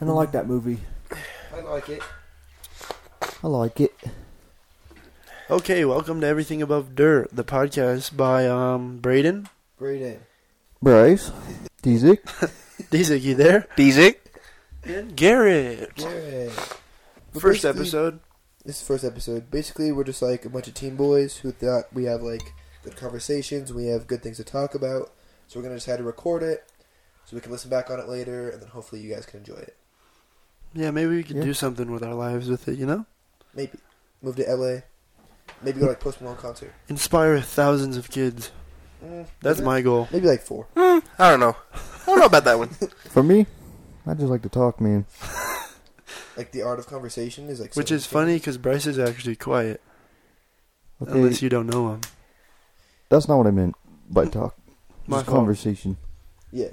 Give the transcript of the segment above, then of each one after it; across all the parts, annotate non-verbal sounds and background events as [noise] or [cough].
And I like that movie. I like it. I like it. Okay, welcome to Everything Above Dirt, the podcast by um Braden. Breed in. Bryce, Deezik, Dizzy, you there? Deezik? And Garrett. Yeah. First basically- episode. This is the first episode. Basically, we're just like a bunch of teen boys who thought we have like good conversations. We have good things to talk about. So we're gonna decide to record it, so we can listen back on it later, and then hopefully you guys can enjoy it. Yeah, maybe we could Yeah. do something with our lives with it, you know? Maybe move to LA. Maybe go to, like Post Malone concert. Inspire thousands of kids. Mm, That's maybe- my goal. Maybe like four. Hmm, I don't know. I don't know about that one. for me, I just like to talk, man. Like the art of conversation is like. Which so is funny because Bryce is actually quiet, Okay, unless you don't know him. that's not what I meant [clears throat] by talk. My Just fault. conversation. Yeah,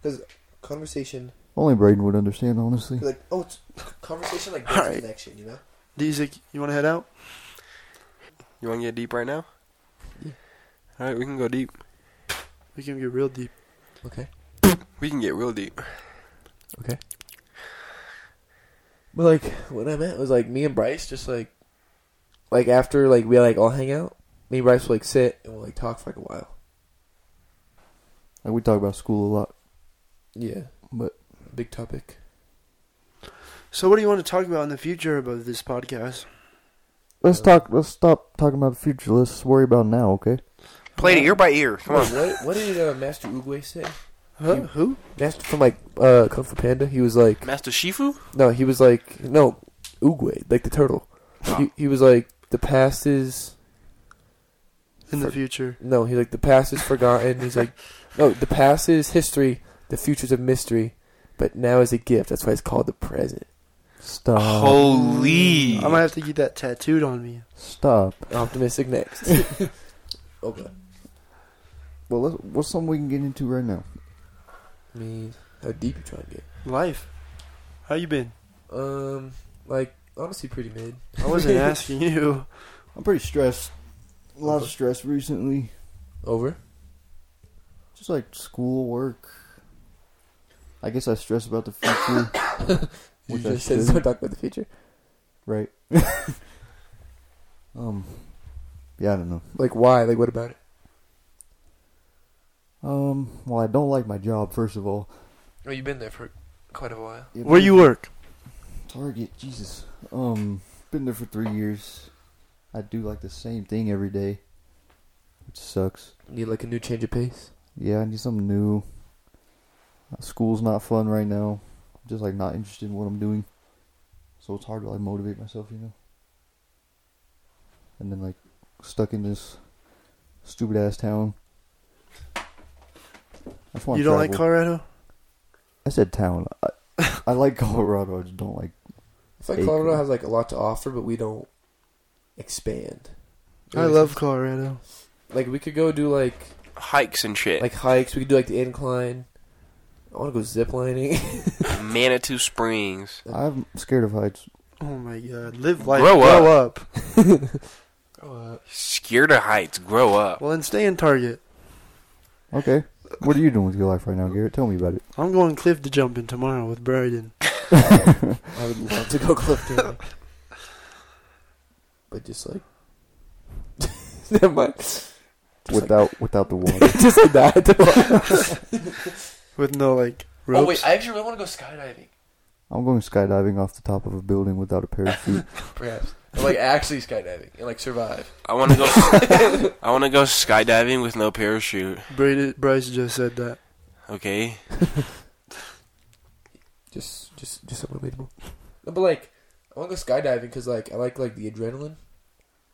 because conversation, Only Braden would understand, honestly. 'cause, like oh, it's conversation like All right. builds connection. You know. Dizzy, you want to head out? You want to get deep right now? Yeah. All right, we can go deep. We can get real deep. Okay. We can get real deep. But like what I meant was like me and Bryce just like like after like we like all hang out, me and Bryce will like sit and we'll like talk for like a while. Like we talk about school a lot, Yeah. but Big topic. So, what do you want to talk about in the future about this podcast? let's Uh, talk. Let's stop talking about the future. Let's worry about now, okay? Played it ear by ear. Come on. what what did uh, Master Oogway say? Huh? You- Who? Master from like uh Kung Fu Panda, he was like Master Shifu? no, he was like no, Oogway, like the turtle. Oh. He he was like the past is In the For- future. no, he's like the past is forgotten. He's like no, the past is history, the future's a mystery, but now is a gift. That's why it's called the present. Stop. Oh. Holy. I might have to get that tattooed on me. Stop. Optimistic [laughs] next. okay. Well, let's, what's something we can get into right now? I mean, how deep you trying to get? Life. How you been? Um, like honestly, pretty mid. I [laughs] wasn't asking you. I'm pretty stressed. A lot of stress recently. Over. Just like school, work. I guess I stress about the future, [laughs] You Which I just [laughs] said shouldn't. don't talk about the future. right? [laughs] um, yeah, I don't know. Like why? Like what about it? Um, well, I don't like my job, first of all. Well, you've been there for quite a while. Where you work? Target, Jesus. Um, been there for three years. I do like the same thing every day, which sucks. Need like a new change of pace. Yeah, I need something new. Uh, School's not fun right now. I'm just like not interested in what I'm doing, so it's hard to like motivate myself, you know. And then like stuck in this stupid ass town. I just want You don't like Colorado? I said town. I, I like Colorado. I just don't like. It's like Acre. Colorado has like a lot to offer, but we don't expand. I love Colorado. Like we could go do like Hikes and shit. like hikes. We could do like the incline. I want to go zip lining. [laughs] Manitou Springs. I'm scared of heights. Oh my god. Live life. Grow up. [laughs] Scared of heights. Grow up. Well, then stay in Target. Okay. What are you doing with your life right now, Garrett? Tell me about it. I'm going cliff to jump in tomorrow with Braden. I would love to go [laughs] clifting. but just like [laughs] never mind. Just like, without without the water. [laughs] just like that. With no, like, Oh, ropes. I actually really want to go skydiving. I'm going skydiving off the top of a building without a parachute. Perhaps. like actually skydiving and like survive. I want to [laughs] go. I want to go skydiving with no parachute. Braden, Bryce just said that. Okay. Just just just unrelatable. No, but like I want to go skydiving because like I like like the adrenaline.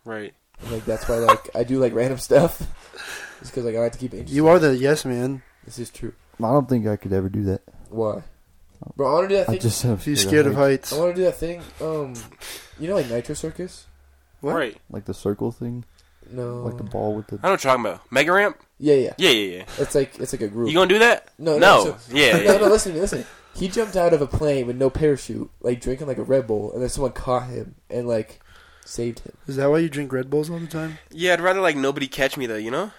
Right. And, like that's why like I do like random stuff. [laughs] It's because like I like to keep it interesting. You are the yes man. This is true. I don't think I could ever do that. Why? Bro, Oh. I want to do that I thing. just am If you're scared of heights. I want to do that thing. Um, you know, like Nitro Circus. What? Right. Like the circle thing, No. like the ball with the. I know what you're talking about. Mega ramp. Yeah, yeah. Yeah, yeah, It's like it's like a yeah. group. You gonna do that? no, no. so- [laughs] yeah. no, yeah. no, listen to me, listen. He jumped out of a plane with no parachute, like drinking like a Red Bull, and then someone caught him and like saved him. Is that why you drink Red Bulls all the time? Yeah, I'd rather like nobody catch me though, you know?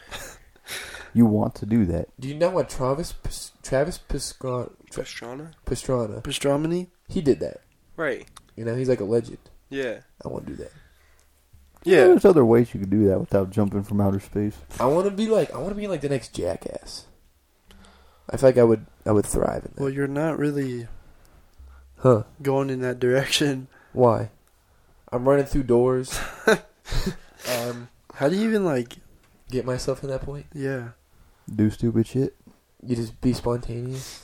You want to do that. Do you know what Travis Pis- Travis Pastrana, Pastrana? Pastrana? Pastromini? He did that. Right. You know, he's like a legend. Yeah. I want to do that. Yeah. There's other ways you could do that without jumping from outer space. I want to be like I want to be like the next jackass. I feel like I would I would thrive in that. Well, you're not really huh? going in that direction. Why? I'm running through doors. um, How do you even like? get myself in that point. Yeah. Do stupid shit. You just be spontaneous.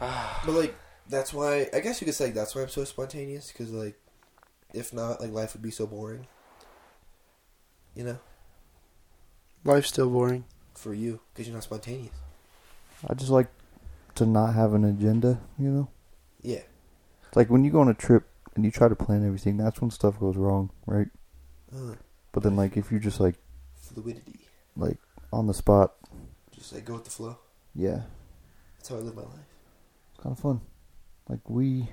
But like that's why I guess you could say that's why I'm so spontaneous because like if not like life would be so boring. You know, Life's still boring. for you because you're not spontaneous. I just like to not have an agenda, you know? Yeah, It's like when you go on a trip and you try to plan everything, that's when stuff goes wrong, right? uh, But then, like, if you're just like fluidity. like on the spot, Just like go with the flow. yeah, That's how I live my life. it's kind of fun. Like we,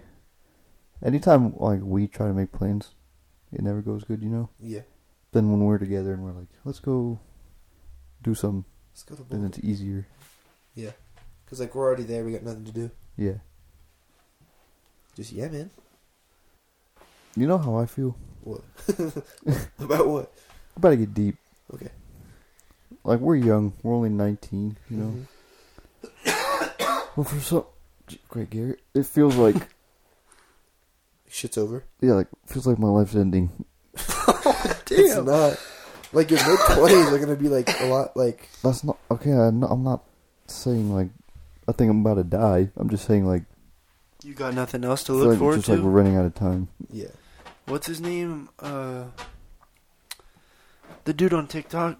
anytime like we try to make plans, it never goes good, you know. Yeah, Then when we're together and we're like, let's go do something, let's go to then bowl. it's easier. Yeah, because like we're already there. We got nothing to do. Yeah, Just yeah, man. you know how I feel. What [laughs] about what? I better get deep. Okay. Like we're young, we're only nineteen, you know. Mm-hmm. Mhm. Well, for some, great Garrett, it feels [laughs] like Shit's over. yeah, like feels like my life's ending. It's not like your mid twenties are gonna be like a lot like That's not okay. I'm not, I'm not saying like I think I'm about to die. I'm just saying like You got nothing else to I feel look like it's forward just to. like we're running out of time. yeah. What's his name? Uh, the dude on TikTok.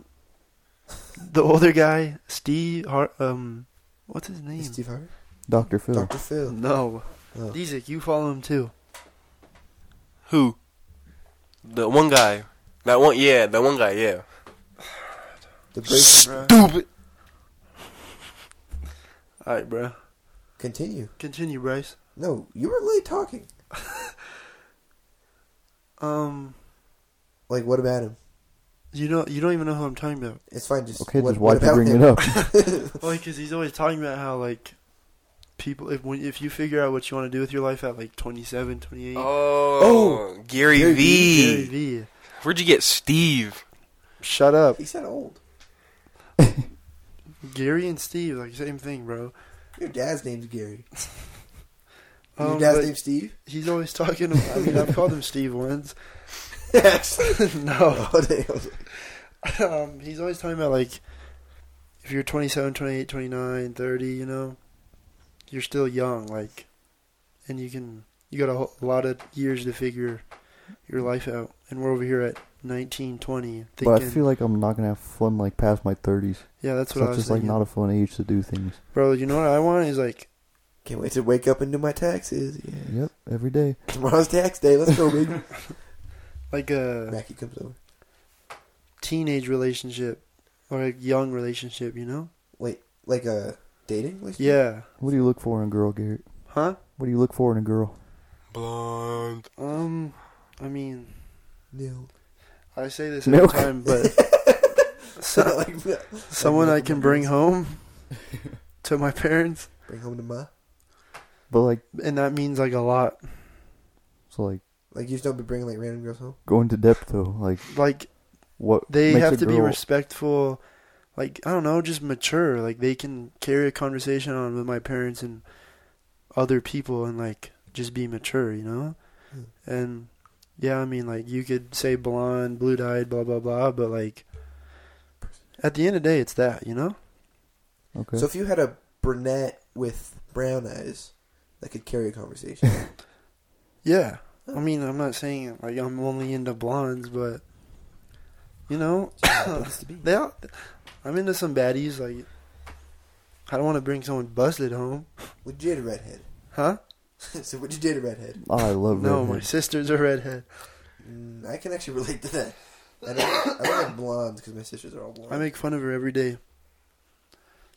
The older guy, Steve. Har- um, what's his name? Steve Harvey? Doctor Phil. Dr. Phil. No, Oh. Dizek, you follow him too. Who? The one guy. That one. Yeah. That one guy. Yeah. The break Stupid. All right, bro. continue. Continue, Bryce. No, you were late talking. Um, Like what about him? you know, you don't even know who I'm talking [laughs] about. It's fine, just Okay, what, just why'd what you about bring him? it [laughs] up? Well, because he's always talking about how like people if when if you figure out what you want to do with your life at like 27, 28. Oh. Gary, Gary V. Gary V. Where'd you get Steve? Shut up. [laughs] He said old. Gary and Steve, like same thing, bro. Your dad's name's Gary. Um, Your dad's but name's Steve? he's always talking. I mean, I've called him [laughs] Steve once. Yes. no, [laughs] oh, damn. [laughs] um, he's always talking about like if you're 27, 28, 29, 30, you know, you're still young, like, and you can you got a, whole, lot of years to figure your life out, and we're over here at 19, 20, thinking, But I feel like I'm not gonna have fun like past my thirties. yeah, that's So what I that's was just like thinking. not a fun age to do things. Bro, you know what I want is like Can't wait to wake up and do my taxes. Yeah. Yep, every day. Tomorrow's tax day. Let's go, baby. [laughs] like a Mackie comes over. teenage relationship or a young relationship, you know? Wait, like a dating? Like Yeah, What do you look for in a girl, Garrett? huh? What do you look for in a girl? Blonde. Um, I mean, No. I say this every Milk. [laughs] time, but [laughs] so, like, no. someone I milk can and bring cookies. [laughs] home to my parents, Bring home to ma. But like, and that means like a lot. so like Like, you just don't be bringing, like, random girls home? going to depth though. Like Like what they makes have a to be girl- respectful. Like I don't know, just mature. Like they can carry a conversation on with my parents and other people, and like just be mature, you know. Hmm. And yeah, I mean, like you could say blonde, blue-eyed, blah blah blah, but like at the end of the day, it's that, you know. Okay. So if you had a brunette with brown eyes that could carry [laughs] a conversation, Yeah. I mean, I'm not saying like I'm only into blondes, but you know, they all, I'm into some baddies. Like, I don't want to bring someone busted home, would you date a redhead? [laughs] huh? so would you date a redhead? I [laughs] love No, my redheads. sister's a redhead. Mm, I can actually [laughs] relate to that. I don't, I don't like blondes because my sisters are all blonde. I make fun of her every day.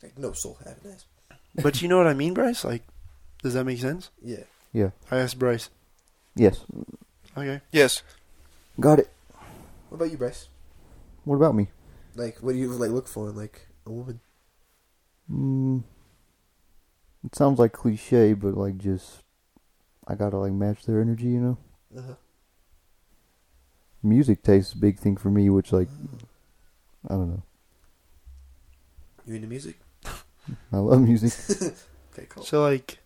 like, no soul having this. But you know what I mean, Bryce? Like, does that make sense? Yeah. I asked Bryce. Yes, Okay. Yes. got it. What about you, Bryce? What about me? Like, what do you like look for in like a woman? Mm, it sounds like cliche, but like just I gotta like match their energy, you know. Uh-huh. Music taste is a big thing for me, which like Mm. I don't know. You into music? I love [laughs] music. Okay, cool. So like,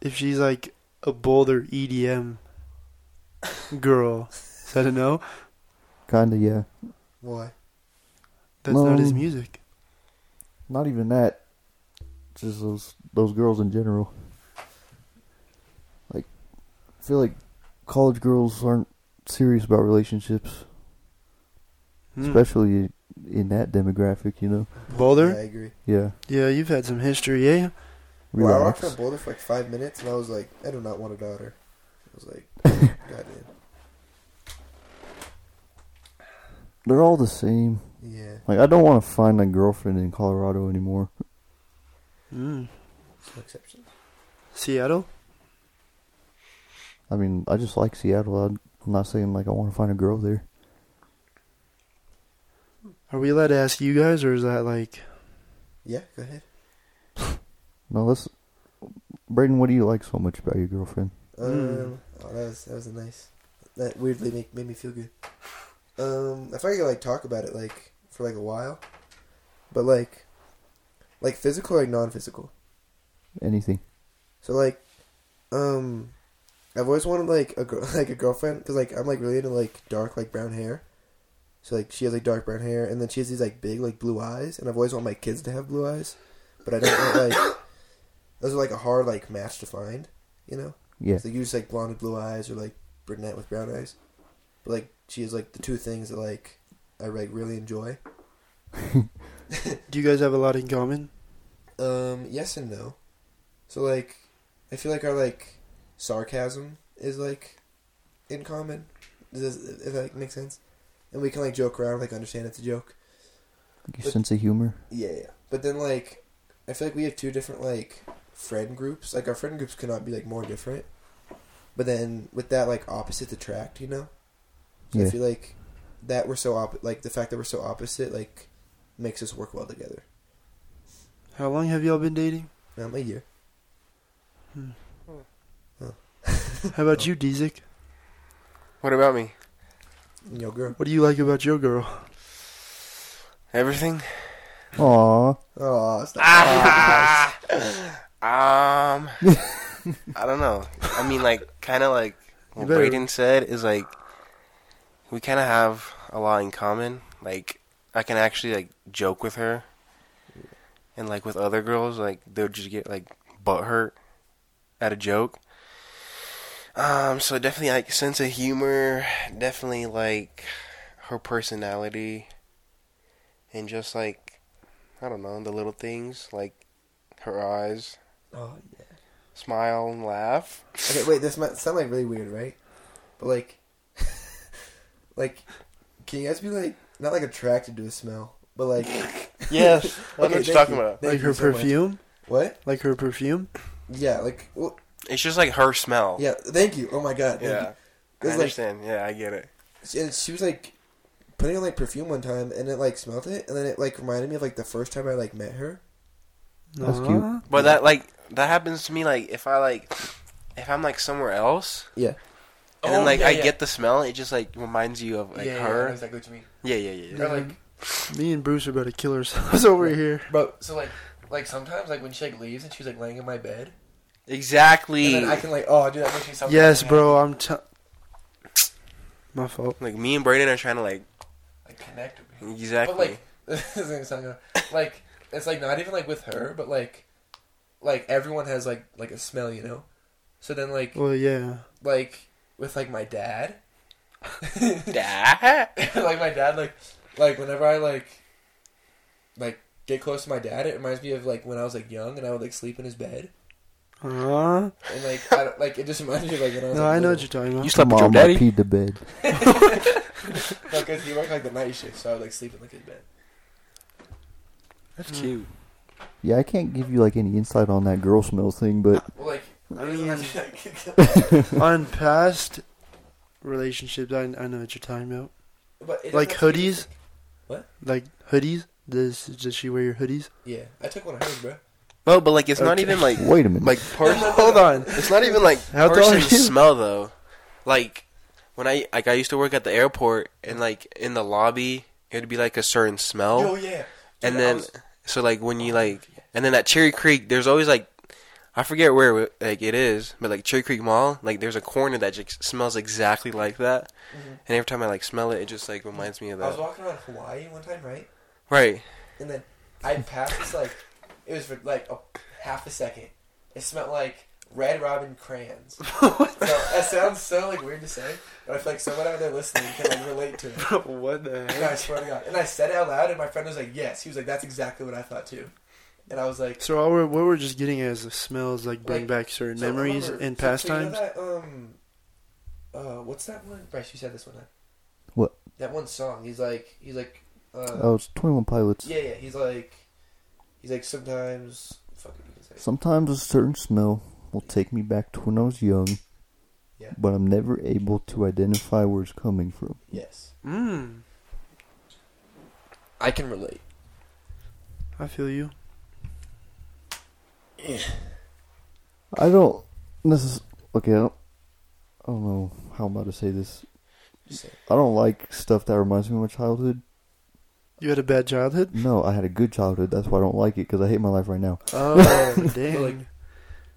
if she's like a Boulder EDM girl, is that a no? Kinda, yeah. Why? That's not his Um, music. Not even that. Just those those girls in general. Like, I feel like college girls aren't serious about relationships, Hmm. especially in that demographic. You know? Boulder. Yeah, I agree. Yeah. Yeah, you've had some history, eh? yeah? Well, I walked Relax. around Boulder for like five minutes, and I was like, I do not want a daughter. I [laughs] was like, goddamn. They're all the same. Yeah. Like, I don't want to find a girlfriend in Colorado anymore. Mm. Some exceptions. Seattle? I mean, I just like Seattle. I'm not saying like I want to find a girl there. Are we allowed to ask you guys, or is that like. Yeah, go ahead. No, let's. Braden, what do you like so much about your girlfriend? Um, oh, that was that was a nice. That weirdly make, made me feel good. Um, if I could like talk about it like for like a while, but like, like physical or like non-physical. Anything? So like, um, I've always wanted like a girl, [laughs] like a girlfriend because like I'm like really into like dark like brown hair. So like she has like dark brown hair, and then she has these like big like blue eyes, and I've always wanted my kids to have blue eyes, but I don't want like [coughs] those are like a hard like match to find, you know. Yeah. So you just like blonde with blue eyes or like brunette with brown eyes. But like she has like the two things that like I like really enjoy. Do you guys have a lot in common? Um, yes and no. So like I feel like our like sarcasm is like in common. Does if that makes sense? And we can like joke around, like understand it's a joke. Your sense of humor. Yeah, yeah. But then like I feel like we have two different like friend groups. Like our friend groups could not be like more different. But then with that like opposites attract, you know? So I Yeah. feel like that we're so op- like the fact that we're so opposite like makes us work well together. How long have y'all been dating? Um, a year. How about you, Deezik? What about me? Yo girl. What do you like about your girl? [laughs] Everything? Aw. Oh, stop. [laughs] Ah! um, I don't know. I mean, like, kind of like You what better- Braden said is like we kind of have a lot in common. Like, I can actually like joke with her, and like with other girls, like they'll just get like butt hurt at a joke. Um, so definitely like sense of humor, definitely like her personality, and just like I don't know the little things like her eyes, Oh, yeah. smile and laugh. Okay, wait. This might sound like really weird, right? But like, [laughs] like, can you guys be like not like attracted to a smell, but like, [laughs] [laughs] Yes, I know Okay, what you're thank talking you. about. Thank like you her so much. perfume? what? Like her perfume? Yeah, like, well, It's just like her smell. yeah. Thank you. Oh my god. thank yeah. I you. It was, like, understand. yeah, I get it. She- and she was like putting on like perfume one time and it like smelled it and then it like reminded me of like the first time I like met her. That's cute. Uh-huh. But that like that happens to me like if I like if I'm like somewhere else Yeah. and Oh, then like I get the smell, it just like reminds you of like her. exactly what you mean. Yeah, yeah, yeah. yeah. Or like, Me and Bruce are about to kill ourselves [laughs] over here. But so like, like sometimes like when she like leaves and she's like laying in my bed, Exactly. and then I can like, oh, dude, that makes me something. Yes, bro, I'm. T- My fault. like me and Braden are trying to like Like connect with me. exactly. But [laughs] like, this is gonna sound good. like it's like not even like with her, but like, like everyone has like like a smell, you know. So then like Well, yeah. like with like my [laughs] dad, Dah. [laughs] like my dad like like whenever I like like get close to my dad, it reminds me of like when I was like young and I would like sleep in his bed. Uh, And like, I don't, like it just reminds me of like when I was. no, like, I know what little. you're talking about. You slept with your Mom, I daddy. peed the bed. No, because he worked like the night shift, so I would like sleep in like his bed. That's cute. Yeah, I can't give you like any insight on that girl smell thing, but Well, like I it doesn't mean, have to be, like- [laughs] on past relationships, I, I know what you're talking about. but it doesn't Like have to be- hoodies? What? Like hoodies? Does does she wear your hoodies? Yeah, I took one of hers, bro. No, but like it's not even like Wait a minute. like [laughs] part. [laughs] Hold on. It's not even like How tall person are you? smell though. Like when I like I used to work at the airport and like in the lobby it would be like a certain smell. Oh yeah. and Dude, I then was- so like when you like and then at Cherry Creek there's always like I forget where like it is, but like Cherry Creek Mall, like there's a corner that just smells exactly like that. Mhm. And every time I like smell it, it just like reminds me of I was that. walking around Hawaii one time, right? Right. And then I passed this like it was for like a half a second. It smelled like Red Robin [laughs] crayons. what? So, that sounds so like weird to say, but I feel like someone out there listening can like relate [laughs] to it. what the And I swear to God. And I said it out loud, and my friend was like, "Yes." He was like, "That's exactly what I thought too." And I was like, So all we're, what we're just getting at is the smells like bring Like, back certain so memories remember- and so- so you know pastimes. that, um, uh, what's that one? Bryce, you said this one. Huh? What? That one song. He's like, he's like, uh, oh, it's Twenty One Pilots. yeah, yeah. He's like, he's like sometimes. Fuck it, you can say. it. Sometimes a certain smell will take me back to when I was young, Yeah. but I'm never able to identify where it's coming from. Yes, Mm, I can relate. I feel you. I don't necess- okay, I don't I don't know how I'm about to say this. Just say it. I don't like stuff that reminds me of my childhood. You had a bad childhood. No, I had a good childhood. That's why I don't like it because I hate my life right now. [laughs] Oh [laughs] dang, like-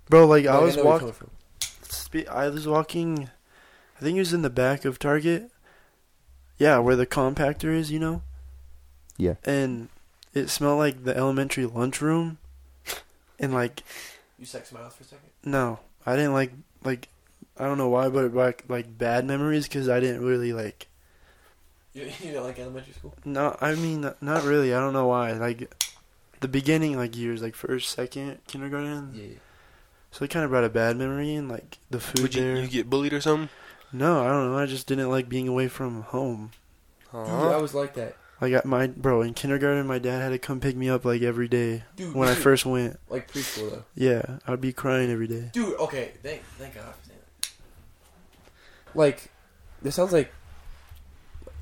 bro! Like I Like, was know where you're walking. coming from. Spe- I was walking. I think it was in the back of Target. Yeah, where the compactor is, you know. Yeah. And it smelled like the elementary lunchroom, and like You sex mouth for a second. no, I didn't like like I don't know why, but it brought like bad memories because I didn't really like. You, [laughs] you know, like elementary school. No, I mean not really. I don't know why. Like the beginning, like years, like first, second, kindergarten. Yeah. So it kind of brought a bad memory and like the food Would you, there. you get bullied or something? No, I don't know. I just didn't like being away from home. Dude, Aw. I was like that. I got my bro in kindergarten. My dad had to come pick me up like every day Dude, [laughs] when I dude, first went. like preschool though. Yeah, I'd be crying every day. Dude, okay, thank thank God for saying that. Like, this sounds like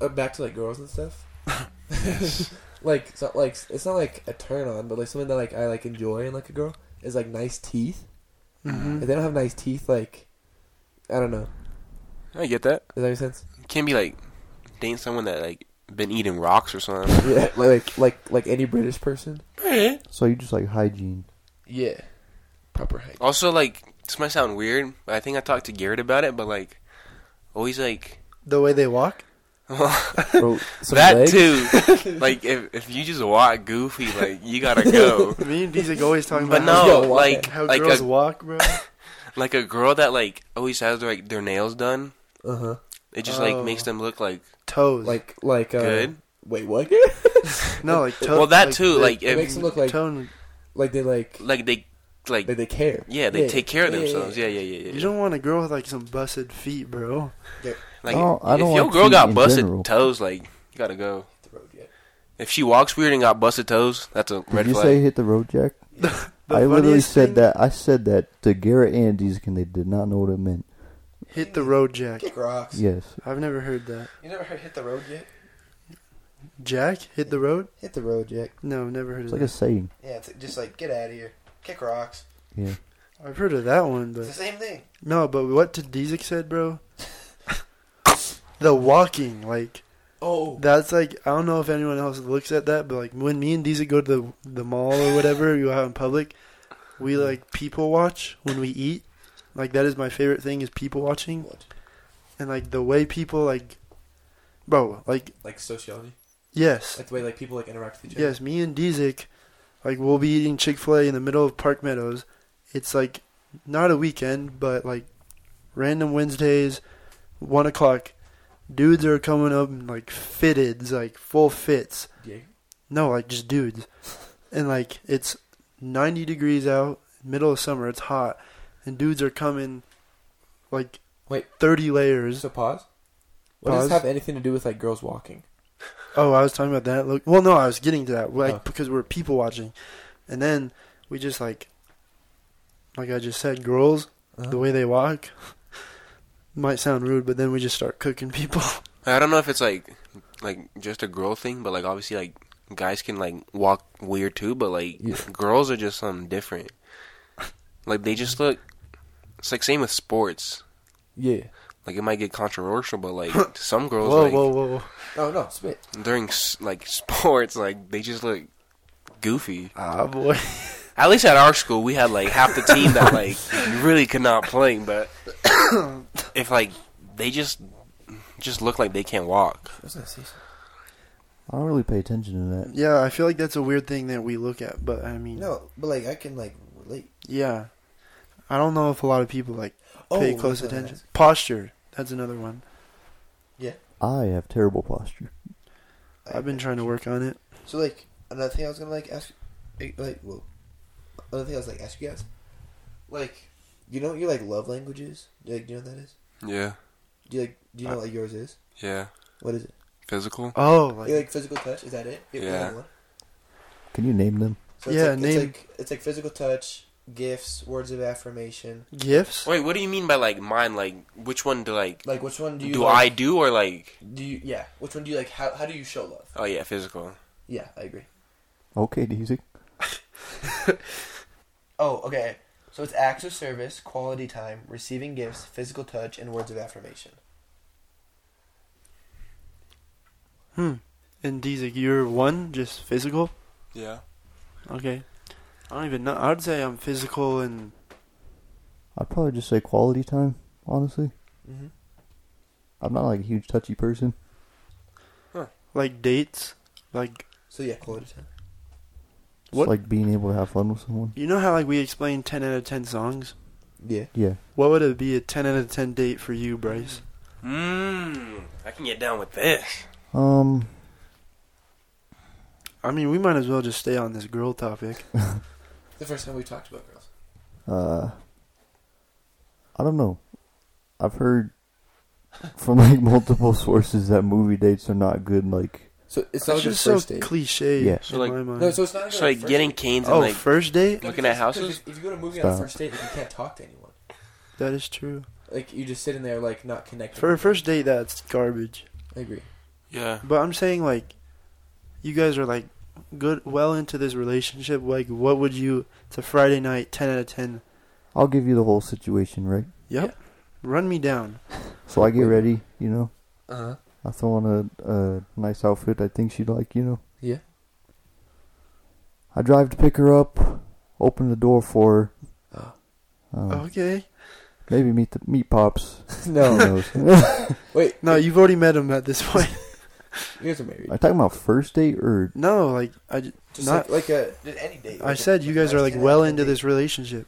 uh, back to like girls and [laughs] stuff. [laughs] like, it's not like it's not like a turn on, but like something that like I like enjoy in like a girl is like nice teeth. If hmm Mm-hmm. they don't have nice teeth, like I don't know. I get that. Does that make sense? You can't be like dating someone that like been eating rocks or something. [laughs] Yeah, like like like any British person. So you just like hygiene. Yeah, proper height. Also, like this might sound weird, but I think I talked to Garrett about it. But like always like [laughs] The way they walk. [laughs] Bro, some that legs? too. like if if you just walk goofy, like you gotta [laughs] go. Me and Dizek always talking But about no, Yo, why? like how, how like girls a walk, bro. like a girl that like always has like their nails done. Uh huh. It just Oh. like makes them look like Toes. Like like uh, good. Wait, what? [laughs] no, like toes. well, that too. the- Like It if makes them look like toe- like they like like they like like they care. yeah they take care of themselves. Yeah, yeah, yeah, yeah. You don't want a girl with like some busted feet, bro. Like I don't- I don't if your like girl feet got in busted general. toes, like you gotta go. The road yet. If she walks weird and got busted toes, that's a Did red you flag. say hit the road, Jack? The I literally funniest said thing- that. I said that to Garrett and Deezik, and they did not know what it meant. Hit the road, Jack. Kick rocks. Yes. I've never heard that. You never heard hit the road yet? Jack hit the road? Hit the road, Jack. No, I've never heard It's of like a that. saying. Yeah, it's just like get out of here. Kick rocks. Yeah. i I've heard of that one, It's but the same thing. No, but what Dizik said, bro? the walking, like Oh, that's like I don't know if anyone else looks at that, but like when me and Dizik go to the the mall or whatever, you out in public, we like people watch when we eat. Like that is my favorite thing is people watching, and like the way people like, bro, like like sociology, yes, like the way like people like interact with each other. yes, me and Dizik, like we'll be eating Chick Fil A in the middle of Park Meadows. It's like not a weekend, but like random Wednesdays, one o'clock. Dudes are coming up in like fitteds, like full fits. Yeah. No, like just dudes, and like it's ninety degrees out, middle of summer. It's hot, and dudes are coming like Wait. thirty layers. So pause. What does Pause. this have anything to do with like girls walking? Oh, I was talking about that. Look, well, no, I was getting to that, like Oh. because we're people watching, and then we just like, like I just said, girls, the Oh. way they walk, [laughs] might sound rude, but then we just start cooking people. I don't know if it's like like just a girl thing, but like obviously like guys can like walk weird too, but like Yeah. girls are just something different. Like they just look. It's like same with sports. Yeah. Like it might get controversial, but like some girls [laughs] Whoa, like whoa, whoa, whoa. Oh no, spit. during s- like sports, like they just look goofy. Ah, boy. At least at our school, we had like half the team that like really could not play, but if like they just just look like they can't walk. I was gonna say something. I don't really pay attention to that. [laughs] Yeah, I feel like that's a weird thing that we look at, but I mean, No, but like I can like relate. yeah. I don't know if a lot of people like pay that's close what I attention. asked. Posture. That's another one. I have terrible posture. I- I've been trying to work on it. So like another thing I was gonna like ask, eh, like well, another thing I was like ask you guys, like you know what your like love languages? Like do you know what that is? Yeah, Do you like do you Uh, know what like yours is? yeah, What is it? physical. Oh, You like, like physical touch? Is that it? You Yeah. have one? Can you name them? So it's Yeah, like, name- It's like, it's like physical touch, gifts, words of affirmation. gifts? Wait, what do you mean by like mine? Like which one do like Like which one do you? do I like- do or like? Do you? Yeah. Which one do you like? How how do you show love? Oh yeah, physical. Yeah, I agree. Okay, Deezy. [laughs] Oh, okay. So it's acts of service, quality time, receiving gifts, physical touch, and words of affirmation. And these, like, you're one, just physical? Yeah. Okay. I don't even know. I would say I'm physical and I'd probably just say quality time, honestly. Mm-hmm. I'm not like a huge touchy person. like dates. Like, So yeah, quality time. It's What? like being able to have fun with someone. you know how like we explain 10 out of 10 songs? Yeah. Yeah. What would it be a 10 out of 10 date for you, Bryce? Mmm. I can get down with this. Um, I mean, we might as well just stay on this girl topic. The first time we talked about girls. uh, I don't know. I've heard from like [laughs] multiple sources that movie dates are not good. Like, So it's That's just so cliche Yeah. So, in like- my mind. No, so it's not. even So like first getting date. canes and oh, like first date? No, [laughs] looking at because- houses? because If you go to a movie on a Stop. first date, like, you can't talk to anyone. That is true. Like you just sitting there, like not connecting. For a first date, that's garbage. I agree. yeah. But I'm saying like, you guys are like good, well into this relationship. Like, what would you? It's a Friday night, ten out of ten. I'll give you the whole situation, right? Yep. Run me down. So I get ready, you know. Uh Uh-huh. huh. I throw on a, a nice outfit I think she'd like, you know. Yeah. I drive to pick her up, open the door for Oh. her. Um, Okay. Maybe meet the meet pops. [laughs] Who [laughs] no. knows? Wait. No, you've already met him at this point. You guys are married. Are you talking about first date or no, like I, j- Just not. like, like a did any date. I said you guys are like well into this relationship.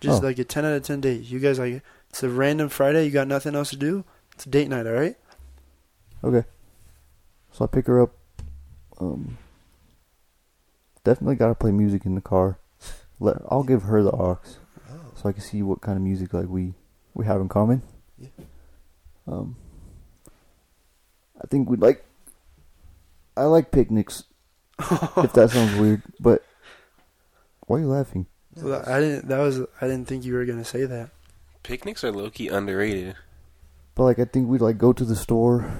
Just Oh. like a ten out of ten date. You guys like it's a random Friday. You got nothing else to do. It's a date night, all right? okay? So I pick her up. Um, definitely gotta play music in the car. Let I'll give her the aux Oh. so I can see what kind of music like we we have in common. Yeah. Um, I think we like. I like picnics. if that sounds weird, but why are you laughing? Well, I didn't. That was I didn't think you were gonna say that. Picnics are low key underrated. But like, I think we'd like go to the store,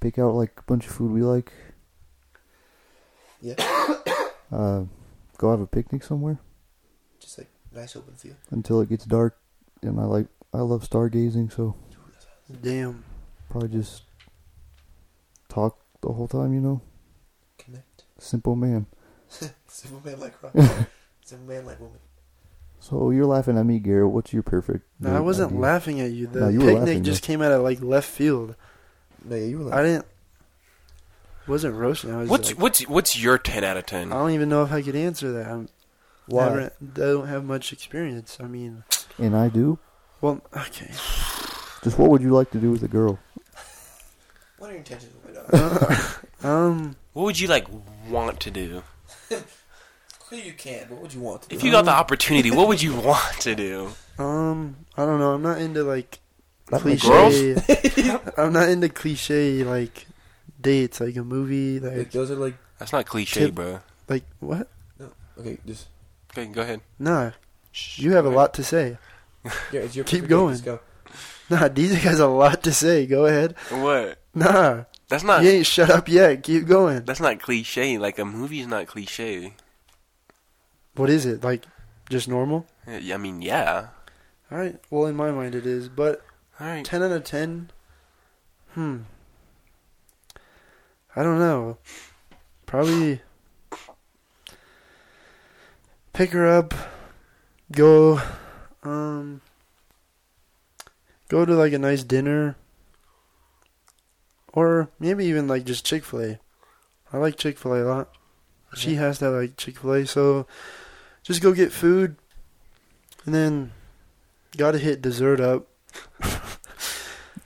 pick out like a bunch of food we like. Yeah. [coughs] Uh, go have a picnic somewhere Just like nice open field. until it gets dark, and I like I love stargazing, so Damn. probably just talk the whole time, you know. Connect. Simple man. [laughs] Simple man like rock. Simple man like woman. So you're laughing at me, Garrett. What's your perfect? No, date I wasn't idea? laughing at you. The Mm-hmm. No, you were picnic laughing, just came out of like left field. No, yeah, you were I like. didn't. Wasn't roasting. I was What's like, what's what's your ten out of I ten? don't even know if I could answer that. I'm, Why? never- I don't have much experience. I mean, And I do. well, okay. Just what would you like to do with a girl? What are your intentions with my [laughs] dog? Uh, um, What would you like want to do? Clearly you can. What would you want? To If do? you got the opportunity, what would you want to do? um, I don't know. I'm not into like Not like cliche. [laughs] I'm not into cliche like dates, like a movie, Like, like those are like That's not cliche, Tip- bro. like what? okay. Just Okay, go ahead. Nah, you have a lot to say. [laughs] yeah, it's your perfect Keep date, going. Just go. Nah, these guys have a lot to say. Go ahead. What? Nah, That's not You ain't shut up yet. Keep going. that's not cliche. Like a movie's not cliche. What is it? Like, just normal? Yeah, I mean, yeah. All right. Well, in my mind, it is. But All right. 10 out of 10? Hmm. I don't know. Probably pick her up, go, um, go to like a nice dinner, or maybe even like just Chick fil A. I like Chick fil A a lot. She has to like Chick fil A, so just go get food, and then gotta hit dessert up.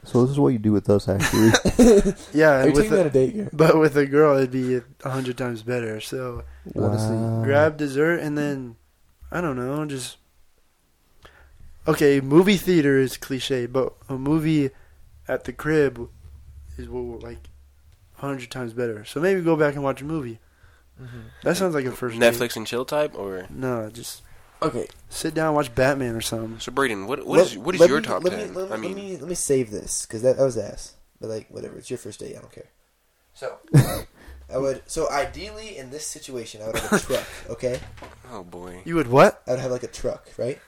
So this is what you do with us, actually. Yeah, Are you taking and with me on a, a date here? [laughs] but with a girl, it'd be a hundred times better. So Honestly, Wow. grab dessert and then, I don't know, just okay. Movie theater is cliche, but a movie at the crib is what like a hundred times better. So maybe go back and watch a movie. That sounds like a first date. Netflix and chill type, or No, just Okay, sit down, and watch Batman or something. so Braden. What what Let- is what is let your me- top let me- ten? let me- I mean, let me let me save this because that, that was ass. But like, whatever. It's your first date. I don't care. So, [laughs] I would. So ideally, in this situation, I would have a truck. Okay, oh boy. You would what? I would have like a truck, right?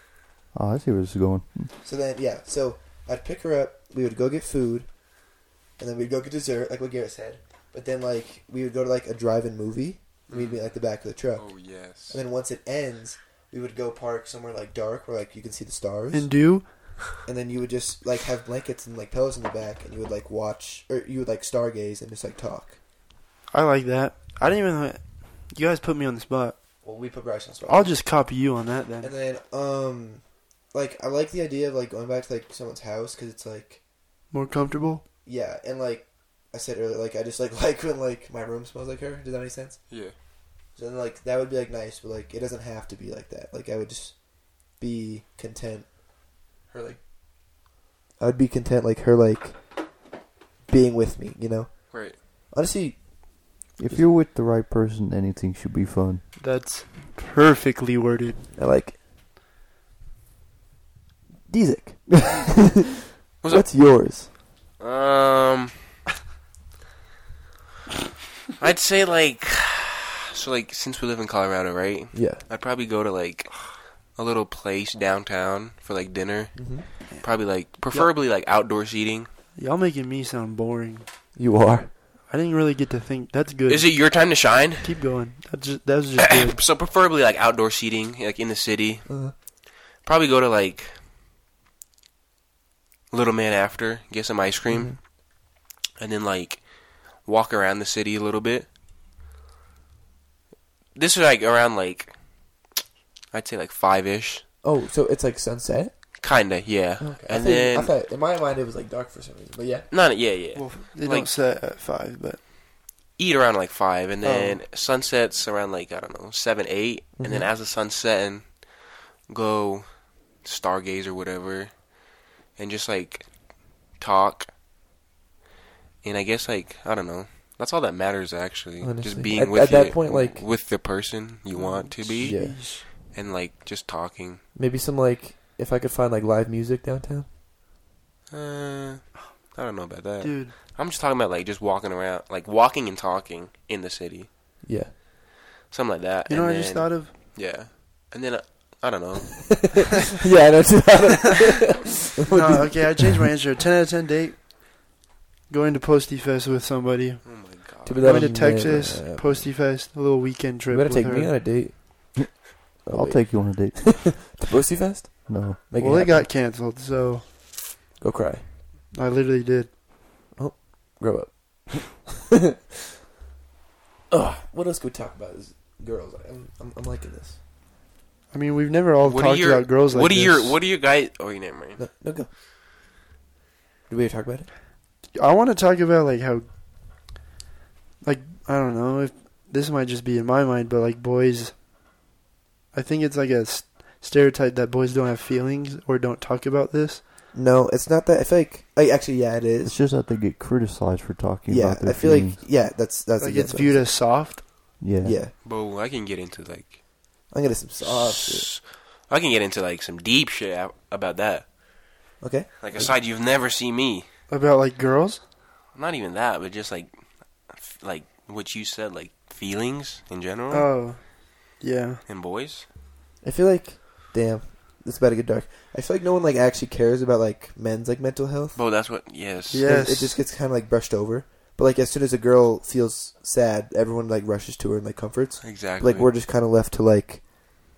oh, I see where this is going. So then, yeah. So I'd pick her up. We would go get food, and then we'd go get dessert, like what Garrett said. But then, like, we would go to like a drive-in movie. And we'd be like the back of the truck, Oh yes. and then once it ends, we would go park somewhere like dark where like you can see the stars. And do and then you would just like have blankets and like pillows in the back, and you would like watch or you would like stargaze and just like talk. I like that? I didn't even. You guys put me on the spot. Well, we put Bryce on the spot. I'll just copy you on that then. and then um, like I like the idea of like going back to like someone's house because it's like More comfortable. yeah, and like I said earlier, like I just like [laughs] like when like my room smells like her. Does that make sense? Yeah. So then like that would be like nice, but like it doesn't have to be like that. Like I would just be content. Her like. I would be content like her like being with me, you know. Right. Honestly, If you're with the right person, anything should be fun. That's perfectly worded. I like Dizek. [laughs] What's What's yours? Um, [laughs] I'd say like, so like since we live in Colorado, right? Yeah. I'd probably go to like a little place downtown for like dinner. Mhm. Probably like preferably like outdoor seating. Y'all making me sound boring. You are. I didn't really get to think. That's good. Is it your time to shine? Keep going. That just that was just [coughs] good. [clears throat] so preferably like outdoor seating, like in the city. Uh-huh. Probably go to like Little Man after, get some ice cream, Mm-hmm. and then like walk around the city a little bit. This is like around like I'd say like five ish, Oh, so it's like sunset? kinda, yeah. Okay. I And thought- then I thought in my mind it was like dark for some reason. But yeah. not yeah yeah. Well, they Like- don't set at five, but eat around like five, Oh. and then sunsets around like I don't know seven, eight, and Mm-hmm. then as the sun's setting, go stargaze or whatever, and just like talk. And I guess like I don't know. That's all that matters actually. Honestly. Just being At- with at that your- point, like- with the person you want to be, Yeah. and like just talking. maybe some like if I could find like live music downtown. Uh, I don't know about that. dude, I'm just talking about like just walking around, like walking and talking in the city, [laughs] Yeah, [laughs] something like that. you know and what I just then- thought of? [laughs] Yeah, and then uh, I don't know. yeah, that's no, okay, I changed my answer. Ten out of ten date. Going to Posty Fest with somebody. Oh my god. To be Going to That Texas, never Posty Fest, a little weekend you trip. better With take her. me on a [laughs] date. Oh, I'll wait. take you on a date. the pussy fest. No. Make well, it it happen. got canceled, so go cry, I literally did. grow [laughs] up. Ugh, what else could we talk about? Is girls? I'm, I'm, I'm liking this. I mean, we've never all What are talked your- about girls like what are your this. what are your guys oh you never mind. No, no, go. Did we ever talk about it? I want to talk about like how, like I don't know if this might just be in my mind, but like boys, I think it's like a s- stereotype that boys don't have feelings or don't talk about this. No, it's not that. I feel like I, actually, yeah, it It's is. just that they get criticized for talking Yeah, about their I feel feelings. like yeah, that's that's like that's it's what viewed as soft. yeah. I'm- Yeah, But I can get into like I'm gonna some soft. shit. s- I can get into like some deep shit ab- about that. Okay. Like a side you've never seen me. About like girls, not even that, but just like, f- like what you said, like feelings in Uh-huh. general Oh, yeah. in boys. I feel like, damn, this is about to get dark. I feel like no one like actually cares about like men's like mental health. But that's what. Yes. Yeah. Yes. It just gets kind of like brushed over. But like as soon as a girl feels sad, everyone like rushes to her and like comforts. Exactly. Like we're just kind of left to like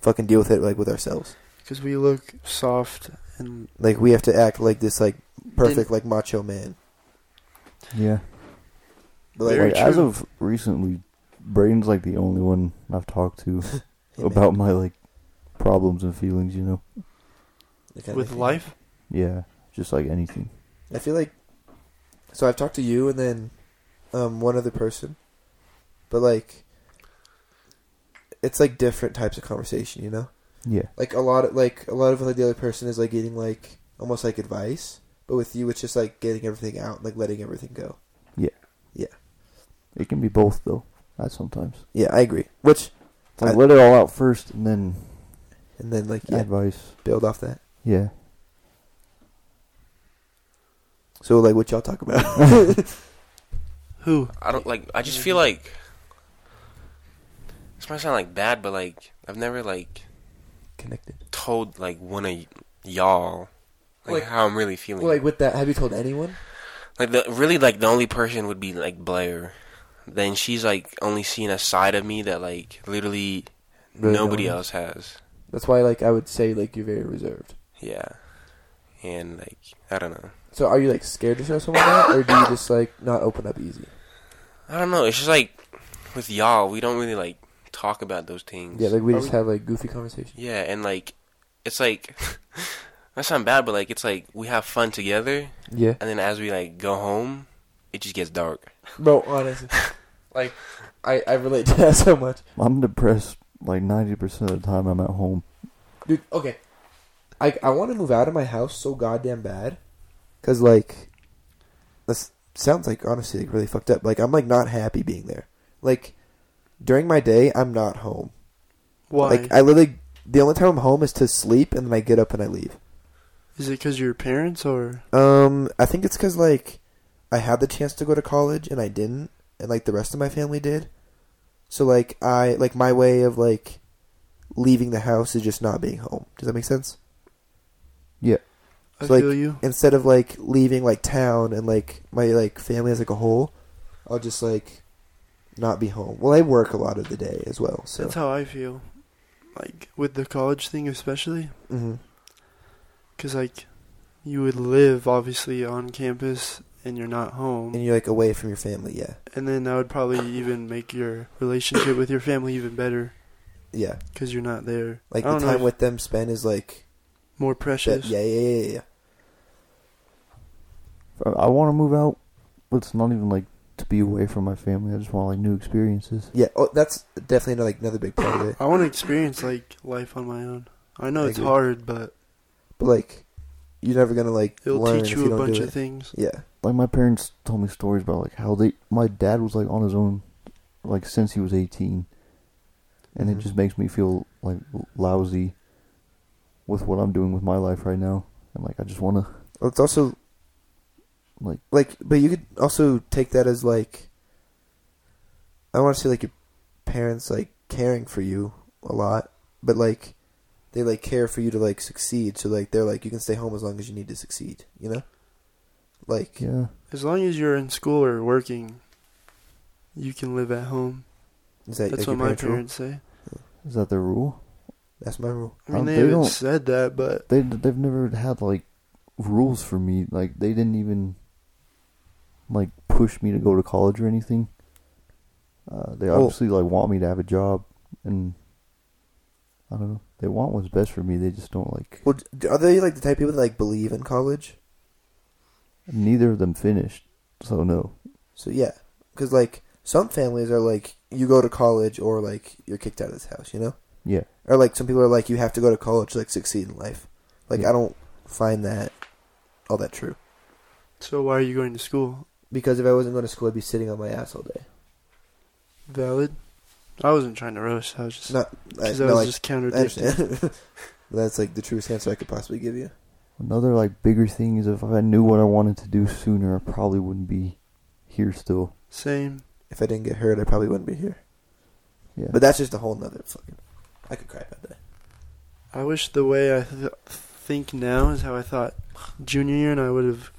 fucking deal with it like with ourselves. Because we look soft and Like we have to act like this like perfect like macho man. Yeah. But like, Very like, as true. of recently, Brayden's like the only one I've talked [laughs] to hey, man, about my like problems and feelings. You know. that kind of with thing. life. Yeah. Just like anything. I feel like so I've talked to you and then um, one other person, but like it's like different types of conversation, you know. Yeah. Like a lot of like a lot of like the other person is like getting like almost like advice, but with you it's just like getting everything out, and, like letting everything go. It can be both though. At sometimes. Yeah, I agree. Which It's like I- let it all out first, and then and then like yeah, advice. build off that. Yeah. So like what y'all talk about? [laughs] Who? I don't like. I just feel like this might sound like bad, but like I've never like Connected. told like one of y- y'all like, Like- how I'm really feeling. Well, like with that, have you told anyone? Like the really like the only person would be like Blair. Then she's like only seen a side of me that like literally Really no nobody one else has. That's why like I would say like you're very reserved. Yeah. And like I don't know. So are you like scared to show someone that, or do [laughs] you just like not open up easy? I don't know. It's just like with y'all, we don't really like talk about those things. Yeah, like we Are just we- have like goofy conversations. yeah, and like it's like [laughs] that sound bad, but like it's like we have fun together, Yeah, and then as we like go home, it just gets dark. bro. [laughs] Honestly, like I I relate to that so much, I'm depressed like ninety percent of the time I'm at home. dude. Okay, I I want to move out of my house so goddamn bad, cause like this sounds like honestly like really fucked up. Like I'm like not happy being there. Like during my day, I'm not home. Why? Like I literally the only time I'm home is to sleep, and then I get up and I leave. Is it because your parents or? Um, I think it's because like I had the chance to go to college and I didn't, and like the rest of my family did. So like I like my way of like leaving the house is just not being home. Does that make sense? I So, like- feel you. Instead of like leaving like town and like my like family as like a whole, I'll just like not be home. Well, I work a lot of the day as well, so That's how I feel. Like with the college thing, especially hmm because like you would live obviously on campus and you're not home, and you're like away from your family. Yeah, and then that would probably even make your relationship with your family even better yeah. because you're not there. Like I the don't know time if with them spent is like more that, precious. yeah, yeah, yeah, yeah, yeah. I- I want to move out, but it's not even like to be away from my family. I just want like new experiences. Yeah. Oh, that's definitely like another big part of it. I want to experience like life on my own. I know I it's agree. hard, but But like, you're never gonna like it'll learn teach if you a don't bunch do of it. things. Yeah, Like my parents told me stories about like how they my dad was like on his own like since he was 18. And it Mhm. just makes me feel like l- lousy with what I'm doing with my life right now. And like I just want to well, it's also Like- like, but you could also take that as like, I want to say like your parents like caring for you a lot, but like they like care for you to like succeed. So like they're like you can stay home as long as you need to succeed. You know, like yeah. As long as you're in school or working, you can live at home. is that That's like, your what my parents' rule? parents say. Is that their rule? That's my rule. I Um, mean, they they haven't don't- said that, but They they've never had like rules for me. Like they didn't even like push me to go to college or anything. Uh, they Well- obviously like want me to have a job, and I don't know. They want what's best for me. They just don't like. Well, d- are they like the type of people that like believe in college? Neither of them finished, so no. So yeah, because like some families are like you go to college or like you're kicked out of this house, you know, Yeah, or like some people are like you have to go to college to like succeed in life. Like Yeah. I don't find that all that true so why are you going to school? because if I wasn't going to school, I'd be sitting on my ass all day. Valid. I wasn't trying to roast. I was just Not I, because I, no, was I, just I counterdicting. understand. But [laughs] That's like the truest answer I could possibly give you. another like bigger thing is if I knew what I wanted to do sooner, I probably wouldn't be here still. Same. If I didn't get hurt, I probably wouldn't be here. Yeah. But that's just a whole nother fucking. I could cry about that. I wish the way I th- think now is how I thought junior year and I would have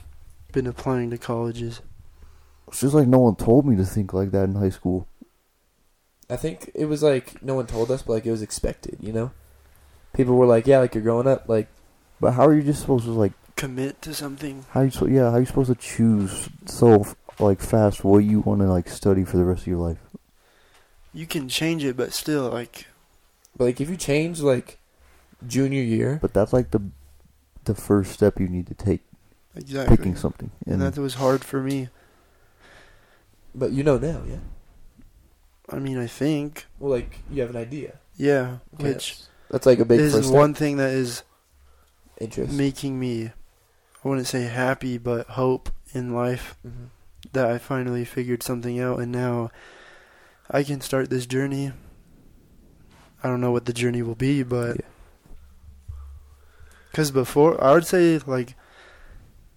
been applying to colleges. it's just like no one told me to think like that in high school. I think it was like no one told us, but like it was expected. You know, people were like, "Yeah, like you're growing up." Like But how are you just supposed to like Commit to something. how you so yeah, how you supposed to choose so like fast what you want to like study for the rest of your life? You can change it, but still, like, But like if you change like junior year, But that's like the the first step you need to take exactly. picking something. and that was hard for me. but you know now, yeah. I mean, I think. Well, like you have an idea, Yeah. Which that's like a big is first one thing that is step. interest. making me, I wouldn't say happy, but hope in life Mhm. that I finally figured something out and now I can start this journey. I don't know what the journey will be, but. Yeah. Because before, I would say, like,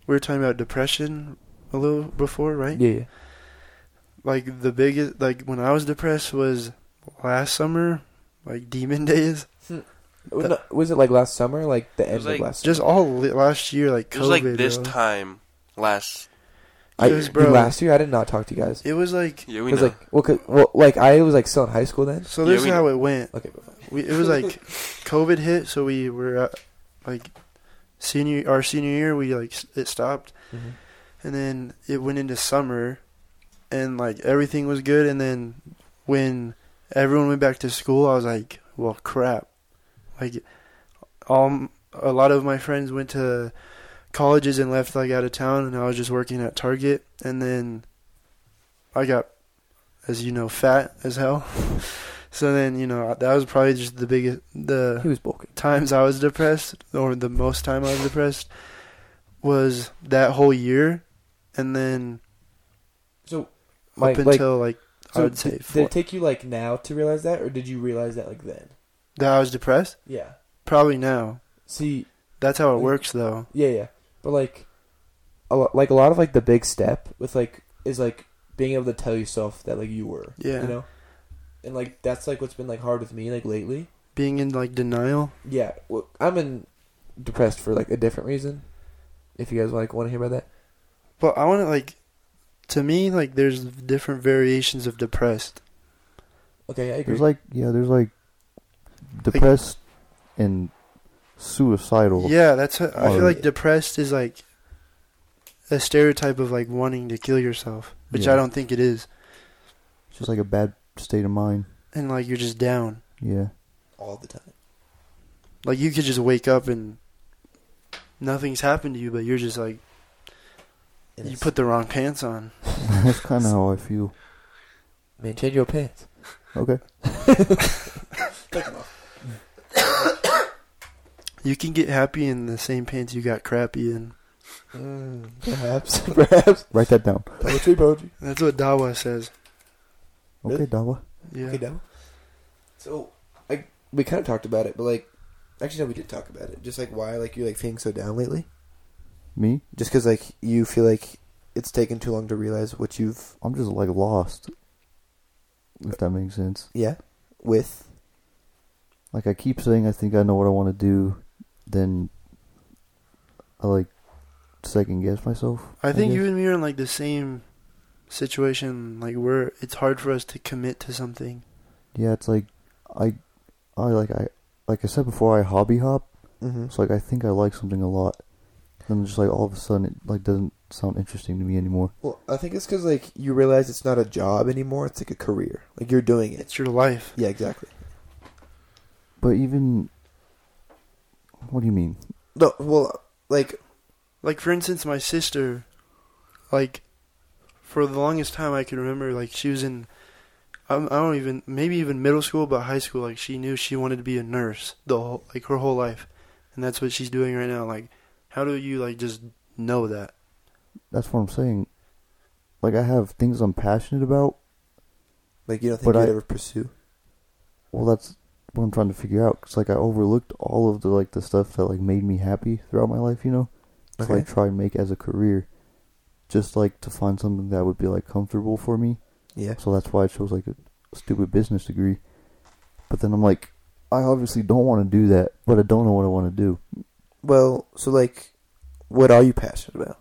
we were talking about depression a little before, right? Yeah, yeah. Like, the biggest, like, when I was depressed was last summer, like, demon [laughs] days. Well, no, was it like last summer? Like the Hmm. It end was, of like, last. Just all li- last year, like, COVID. It was like this bro. time last. I, it was, bro. dude, last year I did not talk to you guys. It was like. Yeah, we know. Because like, well, 'cause- well, like I was like still in high school then. So Yeah, this we is how know. it went. Okay, but fine. We, it was like COVID hit, so we were uh, like senior our senior year. We like s- it stopped, Mhm. and then it went into summer, and like everything was good. And then when everyone went back to school, I was like, "Well, crap!" Like, all m- a lot of my friends went to colleges and left like out of town, and I was just working at Target. And then I got, as you know, fat as hell. [laughs] so then you know that was probably just the biggest the he was bulking. times I was depressed, or the most time I was depressed, was that whole year, and then So, up Mike, like, until like, I so would say did, did four, it take you like now to realize that, or did you realize that like then? that I was depressed. Yeah. Probably now. See, That's how it Mm. works, though. yeah, yeah, but like, a lot, like a lot of like the big step with like is like being able to tell yourself that like you were. Yeah. You know, and like that's like what's been like hard with me like lately. Being in like denial. Yeah, well, I'm in depressed for like a different reason. If you guys like want to hear about that, But I want to like, to me, like there's different variations of depressed. okay, I agree. There's like yeah, there's like depressed and suicidal. Yeah, that's. What, I feel Or- like depressed is like a stereotype of like wanting to kill yourself, which Yeah. I don't think it is, It's just like a bad state of mind. and like you're just down. Yeah. [laughs] All the time. Like you could just wake up and nothing's happened to you, but you're just like And you it's- put the wrong pants on. That's kind of how I feel. man, change your pants. Okay. You can get happy in the same pants you got crappy in. Mm, [laughs] perhaps, perhaps. Write that down. Poetry, poetry. That's what Dawa says. Okay, Dawa. Yeah. Okay, now. So, I we kind of talked about it, but like, actually, no, we did talk about it. Just like why, like you're like feeling so down lately. Me? Just because like you feel like it's taken too long to realize what you've I'm just like lost. If that makes sense. yeah with Like I keep saying I think I know what I want to do, then I like second guess myself. I think guess. you and me are in like the same situation, like where it's hard for us to commit to something. Yeah, it's like I, I like I like I said before I hobby hop. mm-hmm. It's like I think I like something a lot, and just like all of a sudden it like doesn't sound interesting to me anymore. Well, I think it's because like you realize it's not a job anymore; it's like a career. Like you're doing it. It's your life. Yeah, exactly. But even, what do you mean? No, well, like Like for instance, my sister, like for the longest time I can remember, like she was in, I'm, I don't even maybe even middle school, but high school. Like she knew she wanted to be a nurse the whole like her whole life, and that's what she's doing right now. Like, how do you like just know that? That's what I'm saying. Like I have things I'm passionate about. like you don't think But you'd I- ever pursue. Well, that's what I'm trying to figure out. Cause like I overlooked all of the like the stuff that like made me happy throughout my life. You know, to Okay. like try and make as a career. just like to find something that would be like comfortable for me. Yeah. So that's why I chose like a stupid business degree. But then I'm like, I obviously don't want to do that, but I don't know what I want to do. Well, so like, what are you passionate about?